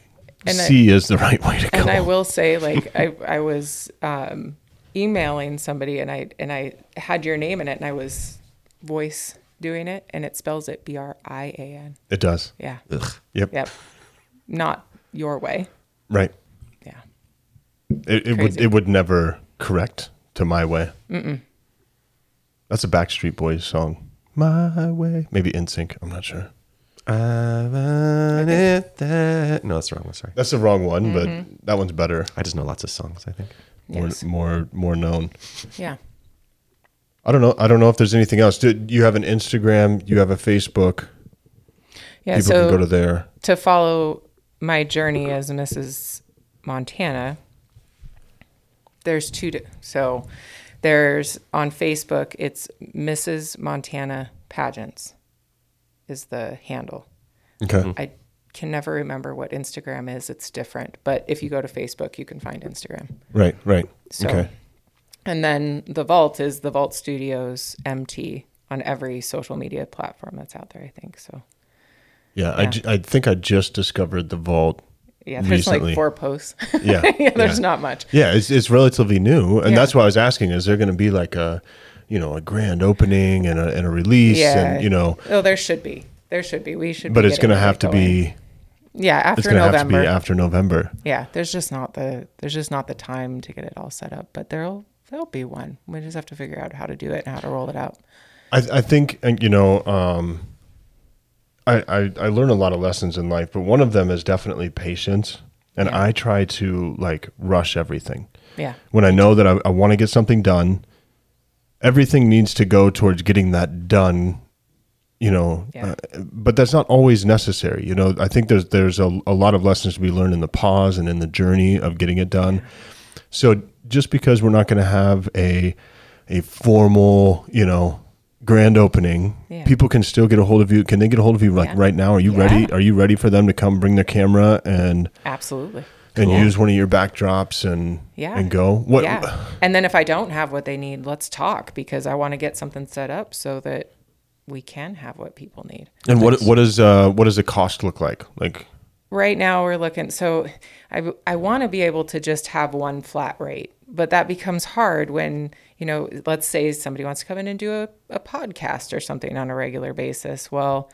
Speaker 3: And I-
Speaker 1: C is the right way to go.
Speaker 3: And I will say, like, I, I was um, emailing somebody and I and I had your name in it and I was voice doing it and it spells it B R I A N.
Speaker 1: It does.
Speaker 3: Yeah.
Speaker 2: Ugh.
Speaker 1: Yep.
Speaker 3: Yep. Not your way.
Speaker 1: Right.
Speaker 3: Yeah.
Speaker 1: It, it would
Speaker 3: Crazy.
Speaker 1: it would never correct to my way. Mm-mm. That's a Backstreet Boys song. My way, maybe In Sync. I'm not sure.
Speaker 2: I want it that. No, that's the wrong one. Sorry.
Speaker 1: That's the wrong one, but that one's better,
Speaker 2: I just know lots of songs. I think.
Speaker 3: Mm-hmm. Yes.
Speaker 1: more more more known.
Speaker 3: Yeah.
Speaker 1: I don't know. I don't know if there's anything else. Do you have an Instagram? You have a Facebook.
Speaker 3: Yeah.
Speaker 1: People
Speaker 3: so
Speaker 1: can go to there.
Speaker 3: to follow my journey as Mrs. Montana, there's two. di- So there's on Facebook, it's Mrs. Montana Pageants is the handle.
Speaker 1: Okay.
Speaker 3: I can never remember what Instagram is. It's different. But if you go to Facebook, you can find Instagram.
Speaker 1: Right. Right.
Speaker 3: So,
Speaker 1: Okay.
Speaker 3: and then the vault is the Vault Studios MT on every social media platform that's out there, I think. So
Speaker 1: Yeah, I, ju- I think I just discovered the vault.
Speaker 3: Yeah, there's
Speaker 1: recently.
Speaker 3: like four posts.
Speaker 1: Yeah,
Speaker 3: yeah, there's not much.
Speaker 1: Yeah, it's it's relatively new, and
Speaker 3: Yeah.
Speaker 1: that's why I was asking: Is there going to be like a, you know, a grand opening and a and a release,
Speaker 3: Yeah.
Speaker 1: and you know,
Speaker 3: Oh, there should be. There should be. We should.
Speaker 1: but
Speaker 3: be
Speaker 1: it's
Speaker 3: getting
Speaker 1: going to
Speaker 3: that
Speaker 1: have to
Speaker 3: going.
Speaker 1: be
Speaker 3: Yeah,
Speaker 1: it's
Speaker 3: after
Speaker 1: going to have to be
Speaker 3: November.
Speaker 1: after November.
Speaker 3: yeah, there's just not the there's just not the time to get it all set up. But there'll there'll be one. We just have to figure out how to do it and how to roll it out.
Speaker 1: I, I think, and you know, um, I, I I learn a lot of lessons in life, but one of them is definitely patience. And I try to like rush everything.
Speaker 3: Yeah.
Speaker 1: When I know that I, I want to get something done, everything needs to go towards getting that done. You know,
Speaker 3: Yeah.
Speaker 1: uh, but that's not always necessary. You know, I think there's there's a, a lot of lessons to be learned in the pause and in the journey of getting it done. So just because we're not going to have a a formal, you know, grand opening,
Speaker 3: Yeah.
Speaker 1: people can still get a hold of you. Can they get a hold of you like
Speaker 3: Yeah.
Speaker 1: right now? Are you
Speaker 3: Yeah.
Speaker 1: ready? Are you ready for them to come bring their camera and
Speaker 3: Absolutely.
Speaker 1: and use one of your backdrops and
Speaker 3: Yeah.
Speaker 1: and go? What
Speaker 3: yeah. And then if I don't have what they need, let's talk because I want to get something set up so that we can have what people need.
Speaker 1: and what what is uh what does the cost look like? Like
Speaker 3: right now we're looking so i i want to be able to just have one flat rate but that becomes hard when you know let's say somebody wants to come in and do a, a podcast or something on a regular basis well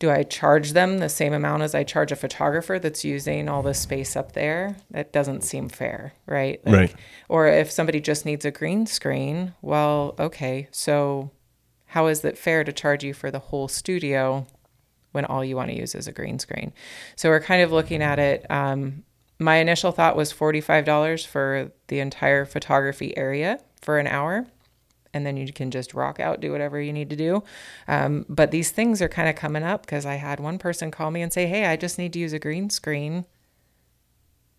Speaker 3: do i charge them the same amount as i charge a photographer that's using all this space up there that doesn't seem fair right
Speaker 1: Right.
Speaker 3: or if somebody just needs a green screen well okay so how is it fair to charge you for the whole studio when all you want to use is a green screen. So we're kind of looking at it. Um, my initial thought was $45 for the entire photography area for an hour. And then you can just rock out, do whatever you need to do. Um, but these things are kind of coming up because I had one person call me and say, Hey, I just need to use a green screen.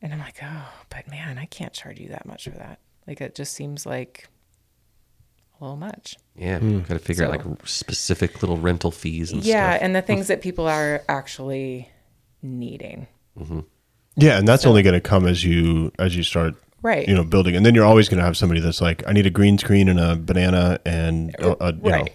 Speaker 3: And I'm like, Oh, but man, I can't charge you that much for that. Like, it just seems like a little much.
Speaker 2: Yeah, got to figure out like
Speaker 3: So-
Speaker 2: r- specific little rental fees and
Speaker 3: yeah.
Speaker 2: stuff.
Speaker 3: And the things that people are actually needing.
Speaker 1: yeah, and that's only going to come as you as you start
Speaker 3: Right.
Speaker 1: you know building, and then you're always going to have somebody that's like, I need a green screen and a banana and a, a, you know,
Speaker 3: Er, Right.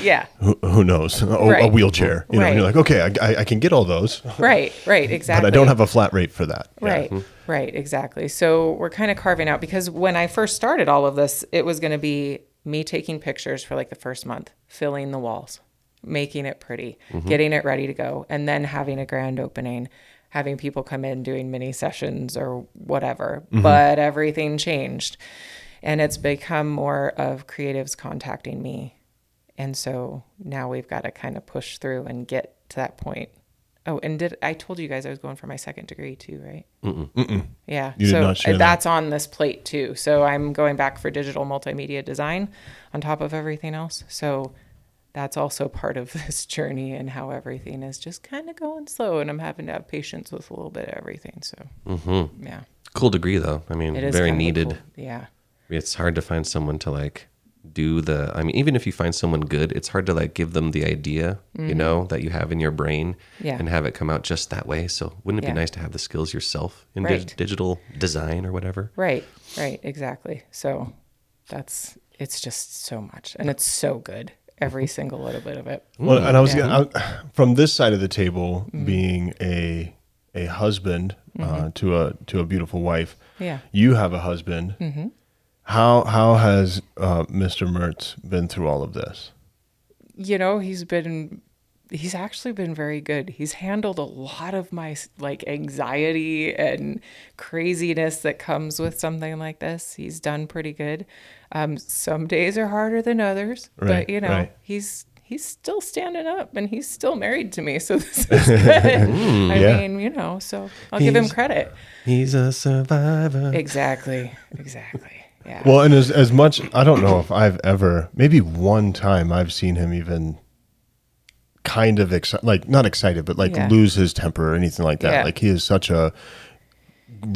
Speaker 3: Yeah.
Speaker 1: who, who knows Oh, a, a
Speaker 3: Right.
Speaker 1: wheelchair you know and you're like
Speaker 3: Right.
Speaker 1: okay I- I, I can get all those
Speaker 3: Right. Right. Exactly.
Speaker 1: but i don't have a flat rate for that Yeah.
Speaker 3: Right. Right. Exactly. So we're kind of carving out because when I first started all of this, it was going to be me taking pictures for like the first month, filling the walls, making it pretty, getting it ready to go, and then having a grand opening, having people come in doing mini sessions or whatever. But everything changed. And it's become more of creatives contacting me. And so now we've got to kind of push through and get to that point. Oh, and did I told you guys I was going for my second degree too, right? Yeah.
Speaker 1: You did
Speaker 3: so
Speaker 1: not share that.
Speaker 3: that's on this plate too. So I'm going back for digital multimedia design on top of everything else. So that's also part of this journey and how everything is just kind of going slow and I'm having to have patience with a little bit of everything. So
Speaker 1: Mm-hmm.
Speaker 3: yeah.
Speaker 2: Cool degree though. I mean,
Speaker 3: It is
Speaker 2: very
Speaker 3: kinda
Speaker 2: needed.
Speaker 3: cool. Yeah.
Speaker 2: It's hard to find someone to like do the. I mean, even if you find someone good, it's hard to like give them the idea you know that you have in your brain
Speaker 3: Mm-hmm. Yeah.
Speaker 2: and have it come out just that way. So wouldn't it
Speaker 3: Yeah.
Speaker 2: be nice to have the skills yourself in dig-
Speaker 3: Right.
Speaker 2: digital design or whatever?
Speaker 3: Right. Right. Exactly. So that's it's just so much and it's so good. Every single little bit of it.
Speaker 1: well and i was
Speaker 3: Yeah. Mm-hmm.
Speaker 1: gonna- I- from this side of the table being a a husband uh, to a to a beautiful wife
Speaker 3: Yeah. Mm-hmm.
Speaker 1: you have a husband how how has uh, mr mertz been through all of this
Speaker 3: you know he's been he's actually been very good he's handled a lot of my like anxiety and craziness that comes with something like this he's done pretty good um, some days are harder than others
Speaker 1: Right,
Speaker 3: but you know
Speaker 1: right.
Speaker 3: he's he's still standing up and he's still married to me so this is good i
Speaker 1: Hmm, yeah.
Speaker 3: mean you know so i'll give him
Speaker 2: He's-
Speaker 3: credit
Speaker 2: He's a survivor.
Speaker 3: exactly exactly yeah
Speaker 1: well and as, as much i don't know if i've ever maybe one time i've seen him even kind of excited like not excited but like
Speaker 3: Yeah.
Speaker 1: lose his temper or anything like that
Speaker 3: Yeah.
Speaker 1: like he is such a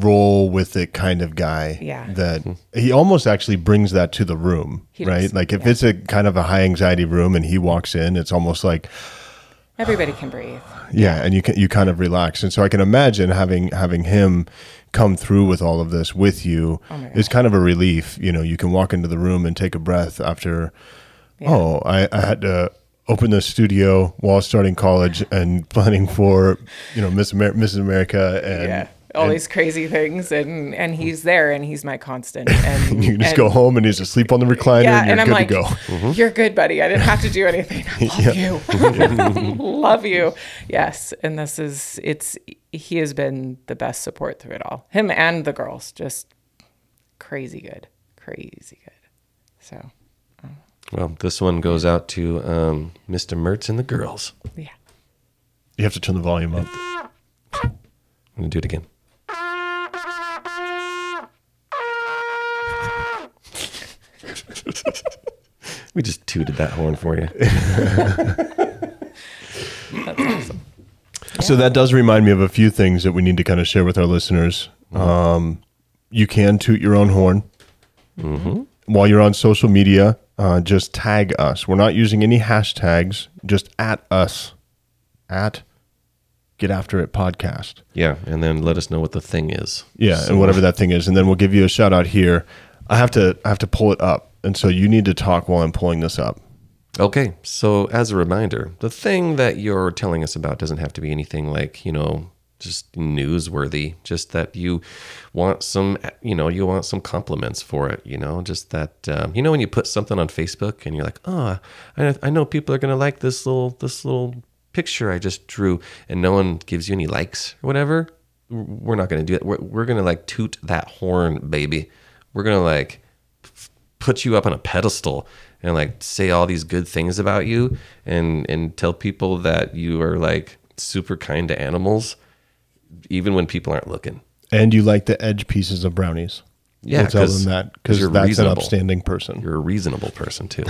Speaker 1: roll with it kind of guy
Speaker 3: Yeah.
Speaker 1: that he almost actually brings that to the room
Speaker 3: He
Speaker 1: right
Speaker 3: does,
Speaker 1: like if it's a kind of a high anxiety room and he walks in it's almost like
Speaker 3: everybody can breathe
Speaker 1: yeah and you can you kind of relax and so i can imagine having having him come through with all of this with you
Speaker 3: my
Speaker 1: is kind of a relief you know you can walk into the room and take a breath after oh I, I had to opened the studio while starting college and planning for, you know, Miss Amer- Mrs. America and
Speaker 3: yeah. All
Speaker 1: and
Speaker 3: these crazy things, and and he's there, and he's my constant. And
Speaker 1: you can just
Speaker 3: and-
Speaker 1: go home and he's asleep on the recliner
Speaker 3: Yeah,
Speaker 1: and
Speaker 3: and
Speaker 1: you're
Speaker 3: I'm
Speaker 1: good
Speaker 3: like,
Speaker 1: to go. Mm-hmm.
Speaker 3: you're good, buddy. I didn't have to do anything. I love you, love you. Yes, and this is it's. He has been the best support through it all. Him and the girls, just crazy good, crazy good. So
Speaker 2: Well, this one goes out to um, Mr. Mertz and the girls. I'm
Speaker 3: yeah,
Speaker 1: You have to turn the volume up.
Speaker 2: gonna do it again. we just tooted that horn for you.
Speaker 1: So that does remind me of a few things that we need to kind of share with our listeners.
Speaker 2: Mm-hmm.
Speaker 1: Um, you can toot your own horn
Speaker 2: Mm-hmm.
Speaker 1: while you're on social media. Uh, just tag us. We're not using any hashtags. Just at us at Get After It podcast.
Speaker 2: Yeah, and then let us know what the thing is.
Speaker 1: Yeah, and whatever that thing is, and then we'll give you a shout out here. I have to I have to pull it up, and so you need to talk while I'm pulling this up.
Speaker 2: Okay, so as a reminder, the thing that you're telling us about doesn't have to be anything like, you know, just newsworthy, just that you want some, you know, you want some compliments for it, you know, just that, um, you know, when you put something on Facebook and you're like, oh, I, I know people are going to like this little, this little picture I just drew and no one gives you any likes or whatever, we're not going to do that. We're, we're going to like toot that horn, baby. We're going to like, put you up on a pedestal and like say all these good things about you and and tell people that you are like super kind to animals even when people aren't looking
Speaker 1: And you like the edge pieces of brownies?
Speaker 2: Yeah,
Speaker 1: we'll tell
Speaker 2: 'cause-
Speaker 1: them that
Speaker 2: 'cause
Speaker 1: because
Speaker 2: you're
Speaker 1: that's
Speaker 2: reasonable.
Speaker 1: an upstanding person.
Speaker 2: you're a reasonable person too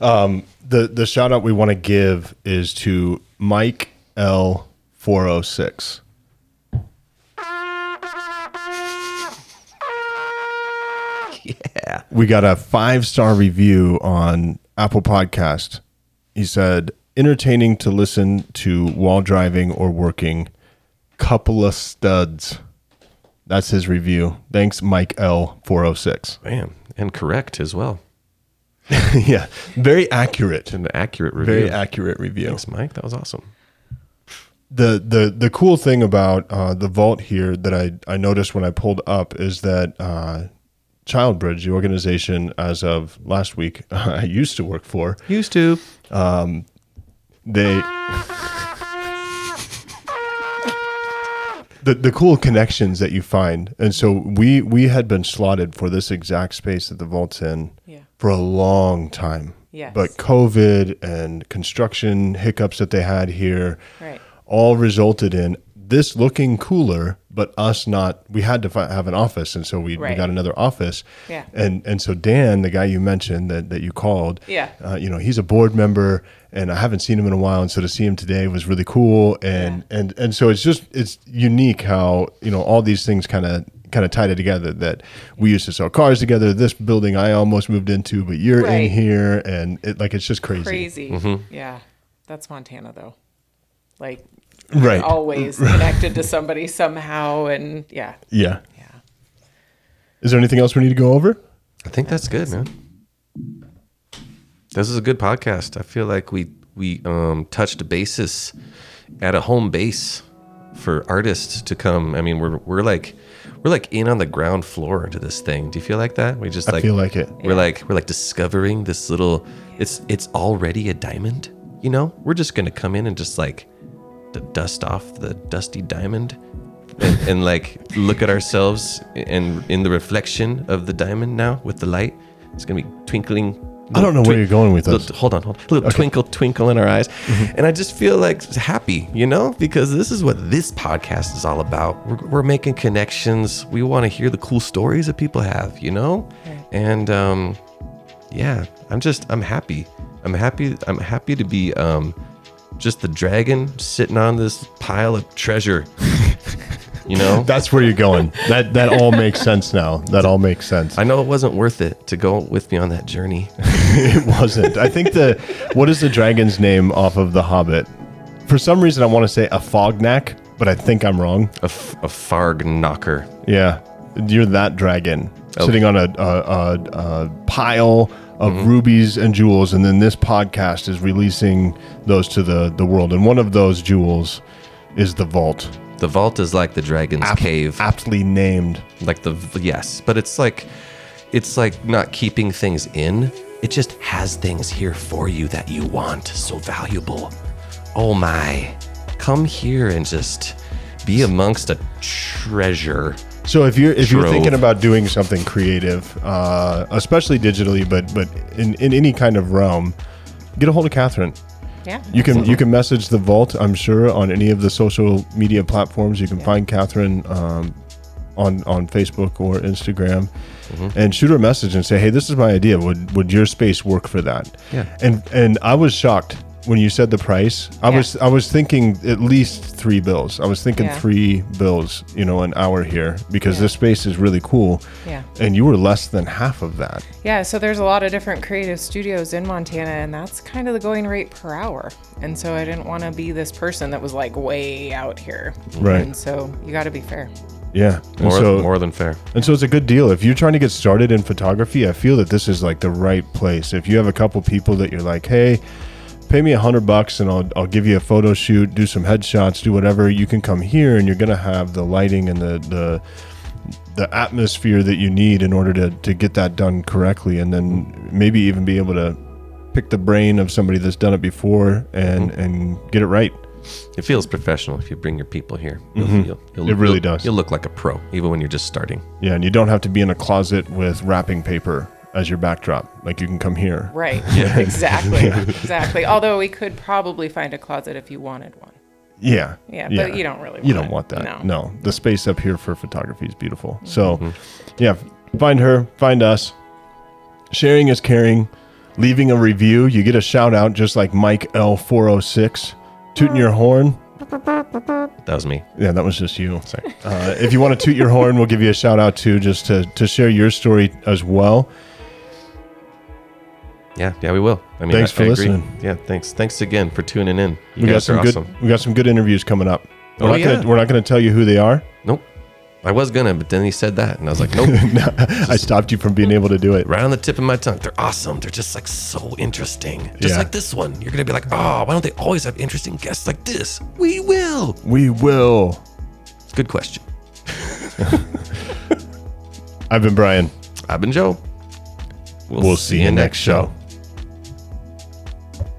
Speaker 1: the the shout out we want to give is to Mike L four oh six. Yeah. We got a five star review on Apple Podcast. He said, entertaining to listen to while driving or working. Couple of studs. That's his review. Thanks, Mike L four oh six.
Speaker 2: man and correct as well
Speaker 1: Yeah. Very accurate.
Speaker 2: an accurate review
Speaker 1: Very accurate review.
Speaker 2: thanks mike that was awesome
Speaker 1: the the the cool thing about uh, the vault here that I I noticed when I pulled up is that uh, Childbridge, the organization as of last week, I used to work for,
Speaker 2: used to
Speaker 1: they. The, the cool connections that you find and so we we had been slotted for this exact space that the vault's in
Speaker 3: Yeah.
Speaker 1: for a long time
Speaker 3: Yes.
Speaker 1: but covid and construction hiccups that they had here
Speaker 3: Right.
Speaker 1: all resulted in this looking cooler, but us not. We had to fi- have an office, and so we, we
Speaker 3: Right.
Speaker 1: got another office.
Speaker 3: Yeah.
Speaker 1: And and so Dan, the guy you mentioned that that you called,
Speaker 3: Yeah.
Speaker 1: uh, you know, he's a board member, and I haven't seen him in a while, and so to see him today was really cool. And and and so it's just it's unique how you know all these things kind of kind of tied it together that we used to sell cars together this building i almost moved into but you're in
Speaker 3: Right.
Speaker 1: here and it like it's just
Speaker 3: crazy.
Speaker 1: Mm-hmm.
Speaker 3: Yeah, that's Montana though. Like
Speaker 1: right
Speaker 3: always connected to somebody somehow, and yeah,
Speaker 1: yeah
Speaker 3: yeah.
Speaker 1: is there anything else we need to go over
Speaker 2: i think that's good man this is a good podcast i feel like we we um touched a basis at a home base for artists to come. I mean, we're we're like we're like in on the ground floor to this thing. Do you feel like that? We just
Speaker 1: I
Speaker 2: like
Speaker 1: feel like it.
Speaker 2: We're like we're like discovering this little. It's it's already a diamond. You know, we're just gonna come in and just like d- dust off the dusty diamond. And, and like look at ourselves and in the reflection of the diamond now with the light it's gonna be twinkling
Speaker 1: I don't know where you're going with
Speaker 2: little-
Speaker 1: this. Mm-hmm.
Speaker 2: hold on, hold on. A little twinkle, twinkle in our eyes. And I just feel like happy, you know, because this is what this podcast is all about. We're, we're making connections. We want to hear the cool stories that people have, you know? And um, yeah, I'm just, I'm happy. I'm happy. I'm happy to be um, just the dragon sitting on this pile of treasure, you know?
Speaker 1: That's where you're going. That that all makes sense now. That all makes sense.
Speaker 2: I know it wasn't worth it to go with me on that journey.
Speaker 1: It wasn't. I think the what is the dragon's name off of The Hobbit? For some reason, I want to say a fognak, but I think I'm wrong.
Speaker 2: A, f- a farg knocker.
Speaker 1: Yeah, you're that dragon sitting on a, a, a, a pile of rubies and jewels, and then this podcast is releasing those to the the world. And one of those jewels is the vault,
Speaker 2: The vault is like the dragon's cave.
Speaker 1: aptly named.
Speaker 2: like the yes but it's like it's like not keeping things in it just has things here for you that you want so valuable oh my come here and just be amongst a treasure
Speaker 1: So if you're if you're
Speaker 2: Trove.
Speaker 1: thinking about doing something creative, uh, especially digitally, but but in, in any kind of realm, get a hold of Catherine.
Speaker 3: Yeah.
Speaker 1: You can you can message the vault. I'm sure on any of the social media platforms. You can find Catherine um, on on Facebook or Instagram,
Speaker 3: Mm-hmm.
Speaker 1: and shoot her a message and say, "Hey, this is my idea. Would would your space work for that?"
Speaker 2: Yeah.
Speaker 1: And and I was shocked when you said the price. I
Speaker 3: Yeah.
Speaker 1: was I was thinking at least three bills. I was thinking
Speaker 3: Yeah.
Speaker 1: three bills. You know, an hour here because
Speaker 3: Yeah.
Speaker 1: this space is really cool.
Speaker 3: Yeah.
Speaker 1: And you were less than half of that.
Speaker 3: Yeah, so there's a lot of different creative studios in Montana, and that's kind of the going rate per hour. And so I didn't want to be this person that was like way out here.
Speaker 1: Right.
Speaker 3: And so you got to be fair.
Speaker 1: Yeah. And
Speaker 2: more,
Speaker 1: so-
Speaker 2: more than fair
Speaker 1: And so it's a good deal. If you're trying to get started in photography, I feel that this is like the right place. If you have a couple people that you're like, hey, pay me a hundred bucks and I'll, I'll give you a photo shoot, do some headshots, do whatever, you can come here and you're going to have the lighting and the, the, the atmosphere that you need in order to, to get that done correctly. And then maybe even be able to pick the brain of somebody that's done it before and, and get it right.
Speaker 2: it feels professional if you bring your people here you'll, you'll- you'll-
Speaker 1: Mm-hmm. It really
Speaker 2: you'll-
Speaker 1: does.
Speaker 2: you'll look like a pro even when you're just starting
Speaker 1: Yeah. And you don't have to be in a closet with wrapping paper as your backdrop. Like you can come here.
Speaker 3: Right. Yeah. Exactly. Exactly. Although we could probably find a closet if you wanted one.
Speaker 1: Yeah.
Speaker 3: Yeah, but you don't really
Speaker 1: You
Speaker 3: want
Speaker 1: don't
Speaker 3: it.
Speaker 1: want that.
Speaker 3: No. Mm-hmm.
Speaker 1: No. The space up here for photography is beautiful. So, yeah, find her, find us. Sharing is caring. Leaving a review, you get a shout out just like Mike L406 tooting
Speaker 3: Oh.
Speaker 1: your horn.
Speaker 2: that was me
Speaker 1: Yeah, that was just you. Sorry. Uh, if you want to toot your horn, we'll give you a shout out too, just to, to share your story as well.
Speaker 2: yeah yeah we will i mean
Speaker 1: Thanks
Speaker 2: I-
Speaker 1: for
Speaker 2: I agree.
Speaker 1: listening.
Speaker 2: yeah thanks thanks again for tuning in
Speaker 1: we
Speaker 2: you
Speaker 1: got
Speaker 2: guys
Speaker 1: some
Speaker 2: are
Speaker 1: good
Speaker 2: awesome
Speaker 1: we got some good interviews coming up. We're
Speaker 2: Oh,
Speaker 1: not
Speaker 2: yeah.
Speaker 1: gonna we're not gonna tell you who they are.
Speaker 2: nope i was gonna but then he said that and i was like nope
Speaker 1: I stopped you from being able to do it.
Speaker 2: right on the tip of my tongue. They're awesome. They're just like so interesting. Just
Speaker 1: Yeah.
Speaker 2: like this one. You're going to be like, oh, why don't they always have interesting guests like this? We will.
Speaker 1: We will.
Speaker 2: It's a good question.
Speaker 1: I've been Brian.
Speaker 2: I've been Joe.
Speaker 1: We'll see you next show.